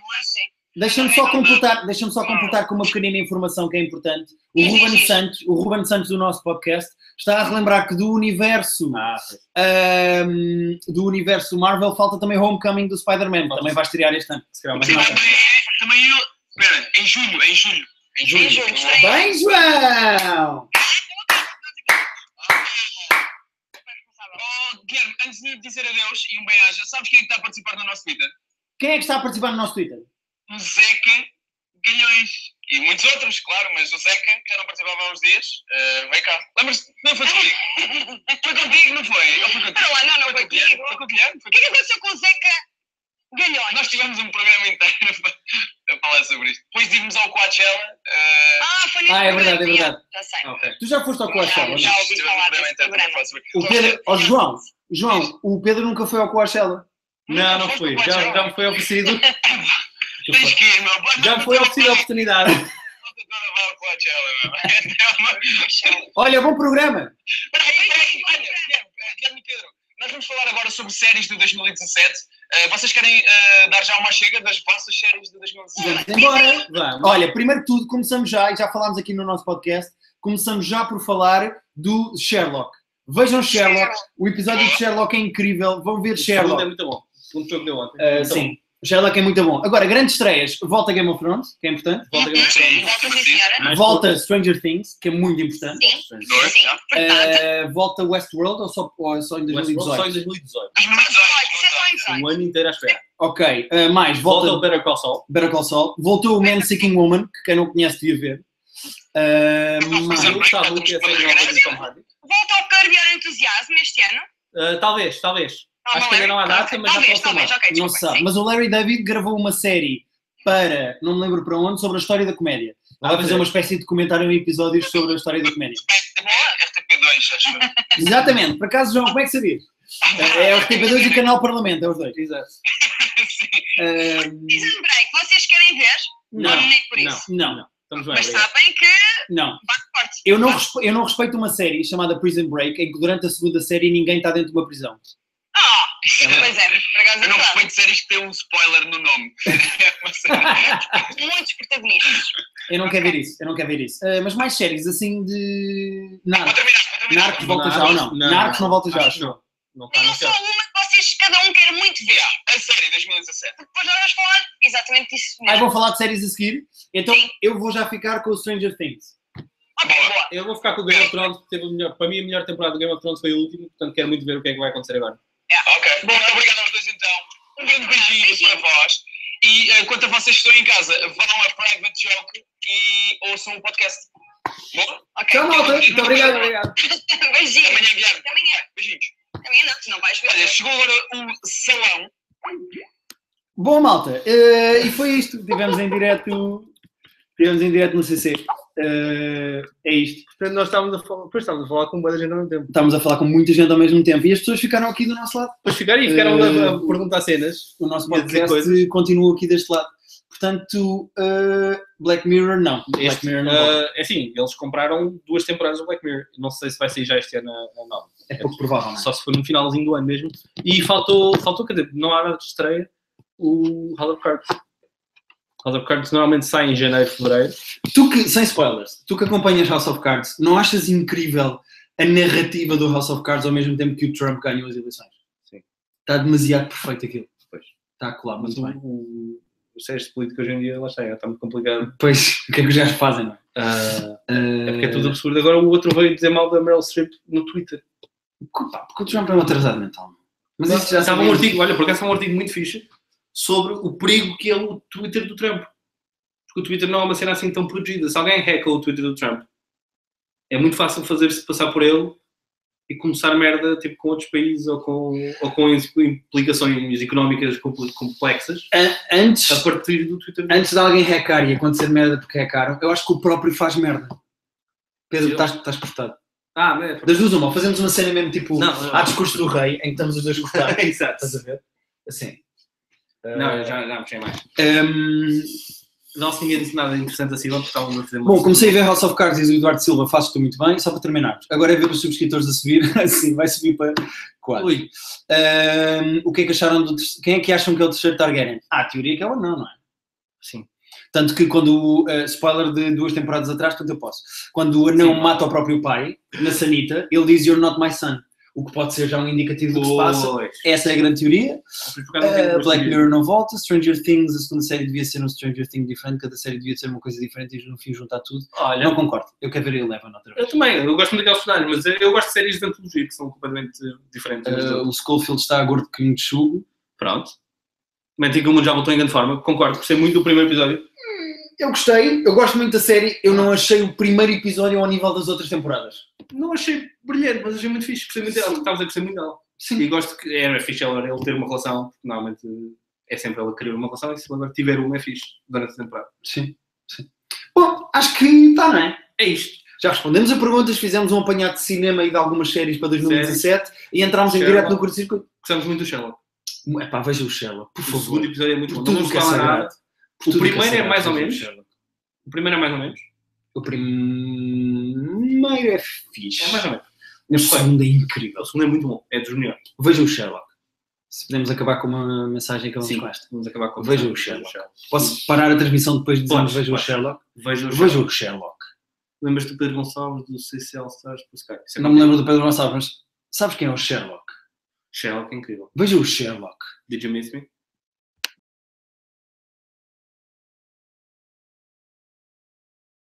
S2: Deixa-me só completar, deixa-me só completar com uma pequenina informação que é importante. O
S5: Diz, diz,
S2: Ruben
S5: diz.
S2: Santos, o Ruben Santos do nosso podcast, está a relembrar que do universo
S1: Ah, sim.
S2: ahm, do universo Marvel falta também Homecoming do Spider-Man, também vai estrear este ano.
S1: se calhar mais
S3: Sim, mas
S1: nada.
S3: também, é- também eu. Espera, em julho, em julho. Em julho.
S5: Em julho,
S3: não é?
S5: sim.
S2: Bem, João!
S3: Oh, Guilherme, antes de dizer adeus e um bem-aja, sabes quem é que está a participar do nosso Twitter?
S2: Quem é que está a participar no nosso Twitter?
S3: O Zeca Galhões. E muitos outros, claro, mas o Zeca, que já não participava há uns dias, eh, veio cá. Lembras-te? Não foi contigo? foi contigo, não foi? Ou foi contigo?
S5: Para lá, não,
S3: Foi
S5: não foi
S3: com o Guilherme?
S5: comigo.
S3: Foi
S5: O
S3: com o Guilherme? Foi
S5: que é que aconteceu com o Zeca Galhões?
S3: Nós tivemos um programa inteiro a- a falar sobre isto. Depois ímos ao Coachella. eh,
S5: Ah, foi nesse
S2: Ah, é verdade, é
S5: programa,
S2: verdade.
S5: Já sei.
S1: Ah, Ok.
S2: Tu já foste ao Coachella? não? é?
S5: já ouvi
S3: tivemos
S5: falar
S3: um programa inteiro
S5: desse
S3: a
S5: programa.
S3: falar sobre-
S2: O Pedro, oh, João, João, o Pedro nunca foi ao Coachella.
S1: Não, não fui. Já, já me foi oferecido.
S3: Tens que ir, meu.
S1: Já me foi oferecida a oportunidade.
S3: É
S2: Olha, bom programa.
S3: Guilherme e Pedro, nós vamos falar agora sobre séries de 2017. Eh, vocês querem eh, dar já uma chega das vossas séries de 2017?
S2: Vamos embora.
S1: Vamos.
S2: Olha, primeiro de tudo, começamos já, e já falámos aqui no nosso podcast, começamos já por falar do Sherlock. Vejam
S1: é
S2: Sherlock, o episódio de Sherlock é incrível, vão ver
S1: O segundo é
S2: Sherlock.
S1: muito bom. O segundo jogo deu ontem.
S2: Ah,
S1: Muito bom.
S2: sim, Sherlock é muito bom. Agora, grandes estreias, volta Game of Thrones, que é importante,
S1: Volta a gravar.
S3: Sim. Uhum.
S5: Volta, Uhum. sim, senhora.
S1: Mais
S2: volta Stranger Things, que é muito importante,
S5: Sim,
S3: Dois,
S5: sim.
S3: já.
S5: Portanto,
S2: Ah, volta Westworld ou só, ou só em
S1: Westworld Só em
S2: 2018?
S1: 2018.
S3: Uhum. 2018.
S5: isso é só em sonho.
S1: Um ano inteiro à espera.
S2: Ok, ah, mais,
S1: Volta o
S2: volta
S1: Better Call Saul.
S2: Better Call Saul, voltou o Man Seeking Woman, que quem não conhece devia ver. Ah, mais-
S1: Eu gostava do que ia ser nova de Tom Hardy.
S5: Volta ao Cardeal Entusiasmo este ano.
S1: Ah, Talvez, talvez.
S5: Ah,
S1: Acho que ainda
S5: lembro.
S1: não há data, mas já
S5: Talvez,
S1: pode tomar.
S5: talvez, ok,
S2: não
S5: desculpa,
S2: se sabe.
S5: sim.
S2: Mas o Larry David gravou uma série para, não me lembro para onde, sobre a história da comédia. Ela vai fazer uma espécie de comentário em episódios sobre a história da comédia.
S3: RTP2, acho eu.
S2: Exatamente. Por acaso, João, como é que sabias? É o TP2 e o Canal Parlamento, é os dois. Exato.
S3: Sim.
S2: Ahm,
S5: Prison Break, vocês querem ver?
S1: Não,
S5: Ou nem por
S1: não.
S5: isso.
S2: não,
S1: Estamos bem,
S5: Mas
S1: obrigado.
S5: sabem que
S2: não.
S5: bate forte.
S2: Eu não, respe- eu não respeito uma série chamada Prison Break em que durante a segunda série ninguém está dentro de uma prisão.
S5: Ah,
S1: É verdade.
S5: pois é, por acaso é
S3: Eu não
S5: verdade.
S3: respeito séries que têm um spoiler no nome. É uma série.
S5: Muitos
S1: Ah,
S5: protagonistas.
S2: Eu não quero ver isso, eu não quero ver isso. Ah, mas mais séries assim de.
S3: Vou
S2: Narcos.
S3: terminar, vou terminar.
S2: Narcos volta já ou não?
S1: Não,
S2: Narcos não volta já,
S1: Acho
S2: acho
S1: que não. Não está
S5: Tenham só
S1: anunciado.
S5: uma que vocês, cada um, quer muito ver.
S3: Yeah, A série 2017.
S5: Porque depois nós vamos falar exatamente disso
S2: Aí
S5: mesmo.
S2: vão falar de séries a seguir. Então
S5: Sim.
S2: eu vou já ficar com o Stranger Things.
S5: Ok, boa.
S1: Eu vou ficar com o Game of Thrones, que teve a melhor, para mim a melhor temporada do Game of Thrones foi a última, portanto quero muito ver o que é que vai acontecer agora.
S3: Ok. Muito obrigado aos dois então. Um grande beijinho para
S5: Beijinho.
S3: vós. E eh, quanto a vocês que estão em casa, vão a Private Joke e ouçam o podcast. Bom?
S5: Ok.
S2: Tchau, malta. Muito obrigado, obrigado.
S1: Ah.
S5: Beijinho.
S3: Amanhã, Guilherme.
S5: Amanhã.
S3: Beijinhos.
S5: Amanhã não, tu não vais ver.
S3: Olha, chegou agora o salão.
S2: Bom, malta, eh, e foi isto. Tivemos em direto, tivemos em direto no CC. Eh, é isto.
S1: Portanto, nós estávamos a falar, depois estávamos a falar
S2: um
S1: com boa da gente ao mesmo tempo.
S2: Estamos a falar com muita gente ao mesmo tempo e as pessoas ficaram aqui do nosso lado. Eh,
S1: Depois ficaram e ficaram a, a perguntar cenas.
S2: O nosso
S1: Ia dizer
S2: podcast continua aqui deste lado. Portanto, eh, Black Mirror não. Black
S1: Este,
S2: Mirror não. volta.
S1: ah, é assim, eles compraram duas temporadas do Black Mirror. Não sei se vai sair já este ano ou não.
S2: é pouco provável, não é?
S1: Só se for no finalzinho do ano mesmo. E faltou, faltou quer dizer, não há hora de estreia o House of Cards. House of Cards normalmente sai em janeiro, fevereiro.
S2: Tu que, sem spoilers, tu que acompanhas House of Cards, não achas incrível a narrativa do House of Cards ao mesmo tempo que o Trump ganhou as eleições?
S1: Sim.
S2: Está demasiado perfeito aquilo.
S1: Pois.
S2: Está a colar
S1: Mas
S2: Ah, muito
S1: o,
S2: bem.
S1: o, o Sérgio político hoje em dia, lá está, está muito complicado.
S2: Pois, o que é que os gajos fazem, não é?
S1: Ah,
S2: Eh,
S1: é porque é tudo absurdo. Agora o outro veio dizer mal da Meryl Streep no Twitter.
S2: co- pá, Porque o Trump é um atrasado mental. Mas isso já
S1: estava um
S2: sabíamos.
S1: artigo, olha, por acaso há um artigo muito fixe sobre o perigo que é o Twitter do Trump. Porque o Twitter não é uma cena assim tão protegida. Se alguém hacka o Twitter do Trump, é muito fácil fazer-se passar por ele e começar merda tipo, com outros países ou com, ou com implicações económicas compl- complexas
S2: A-
S1: a
S2: Antes,
S1: partir do Twitter.
S2: antes de alguém hackear e acontecer merda porque hackearam, eu acho que o próprio faz merda. Pedro,
S1: Eu?
S2: estás, estás cortado.
S1: Ah, né?
S2: Das duas, uma, ou fazemos uma cena mesmo tipo
S1: Não, não.
S2: há discurso do rei, em que estamos os dois cortados.
S1: é, Exato.
S2: Estás a ver? Assim.
S1: Não, eu já, já mexei mais.
S2: Hum,
S1: Não se ninguém disse nada interessante assim, não, porque estavam a fazer uma-
S2: bom, comecei a ver House of Cards e o Eduardo Silva faz tudo muito bem, só para terminarmos. Agora é ver os subscritores a subir, assim, vai subir para 4.
S1: Ui,
S2: o que é que acharam do terceiro? Quem é que acham que é o terceiro Targaryen? Ah, a teoria é que é o anão, não é?
S1: sim.
S2: Tanto que quando o. eh, spoiler de duas temporadas atrás, tanto eu posso. Quando o anão
S1: Sim.
S2: mata o próprio pai, na Sanita, ele diz You're not my son. O que pode ser já um indicativo do que se passa.
S1: Oi.
S2: Essa é a grande teoria.
S1: Por causa do que
S2: Uh,
S1: eu
S2: Black
S1: gostaria.
S2: Mirror não volta, Stranger Things, a segunda série devia ser um Stranger Thing diferente, cada série devia ser uma coisa diferente e no fim juntar tudo.
S1: Olha,
S2: Não concordo, eu quero ver a Eleven outra
S1: Eu
S2: vez.
S1: também, eu gosto muito daqueles cenários, mas eu gosto de séries de antologia que são completamente diferentes. umas das
S2: Uh,
S1: outras.
S2: o Schofield está gordo que um chugo.
S1: Pronto. Momento em que o mundo já voltou em grande forma, concordo, gostei muito do primeiro episódio.
S2: Eu gostei, eu gosto muito da série, eu não achei o primeiro episódio ao nível das outras temporadas.
S1: Não achei brilhante, mas achei muito fixe, gostei muito dela, estavas a gostar muito dela. Sim. E gosto que era fixe ela ele ter uma relação, porque normalmente é sempre ela querer uma relação, e se ela agora tiver uma é fixe durante a temporada.
S2: Sim, sim. Bom, acho que está, não é?
S1: É isto.
S2: Já respondemos a perguntas, fizemos um apanhado de cinema e de algumas séries para 2017 e entramos em
S1: Sherlock.
S2: direto no curto-circuito.
S1: Gostamos muito do Sherlock.
S2: Epá, veja o Shella, por
S1: O segundo
S2: favor.
S1: episódio é muito
S2: Por
S1: bom.
S2: tudo
S1: Não vamos
S2: que é
S1: falar
S2: sagrado.
S1: nada. O
S2: Por tudo que é
S1: primeiro é
S2: sagrado,
S1: mais ou
S2: veja o
S1: menos.
S2: Sherlock.
S1: O primeiro é mais ou menos.
S2: O primeiro é fixe.
S1: É mais ou menos.
S2: O segundo é incrível.
S1: O segundo é muito bom, é dos melhores.
S2: Vejam o Sherlock. Se podemos acabar com uma mensagem que ele
S1: Sim.
S2: com esta.
S1: Vamos acabar com
S2: Veja o Sherlock. Posso parar a transmissão depois de dizermos
S1: Podes,
S2: Vejam o
S1: podes.
S2: Sherlock?
S1: Veja o Sherlock.
S2: Vejam o Sherlock.
S1: Lembras-te do Pedro Gonçalves do CCL Stars por Skype? Isso é
S2: Não me lembro do Pedro Gonçalves, mas sabes quem é o Sherlock?
S1: Sherlock, incrível.
S2: Vejam o Sherlock.
S1: Did you miss me?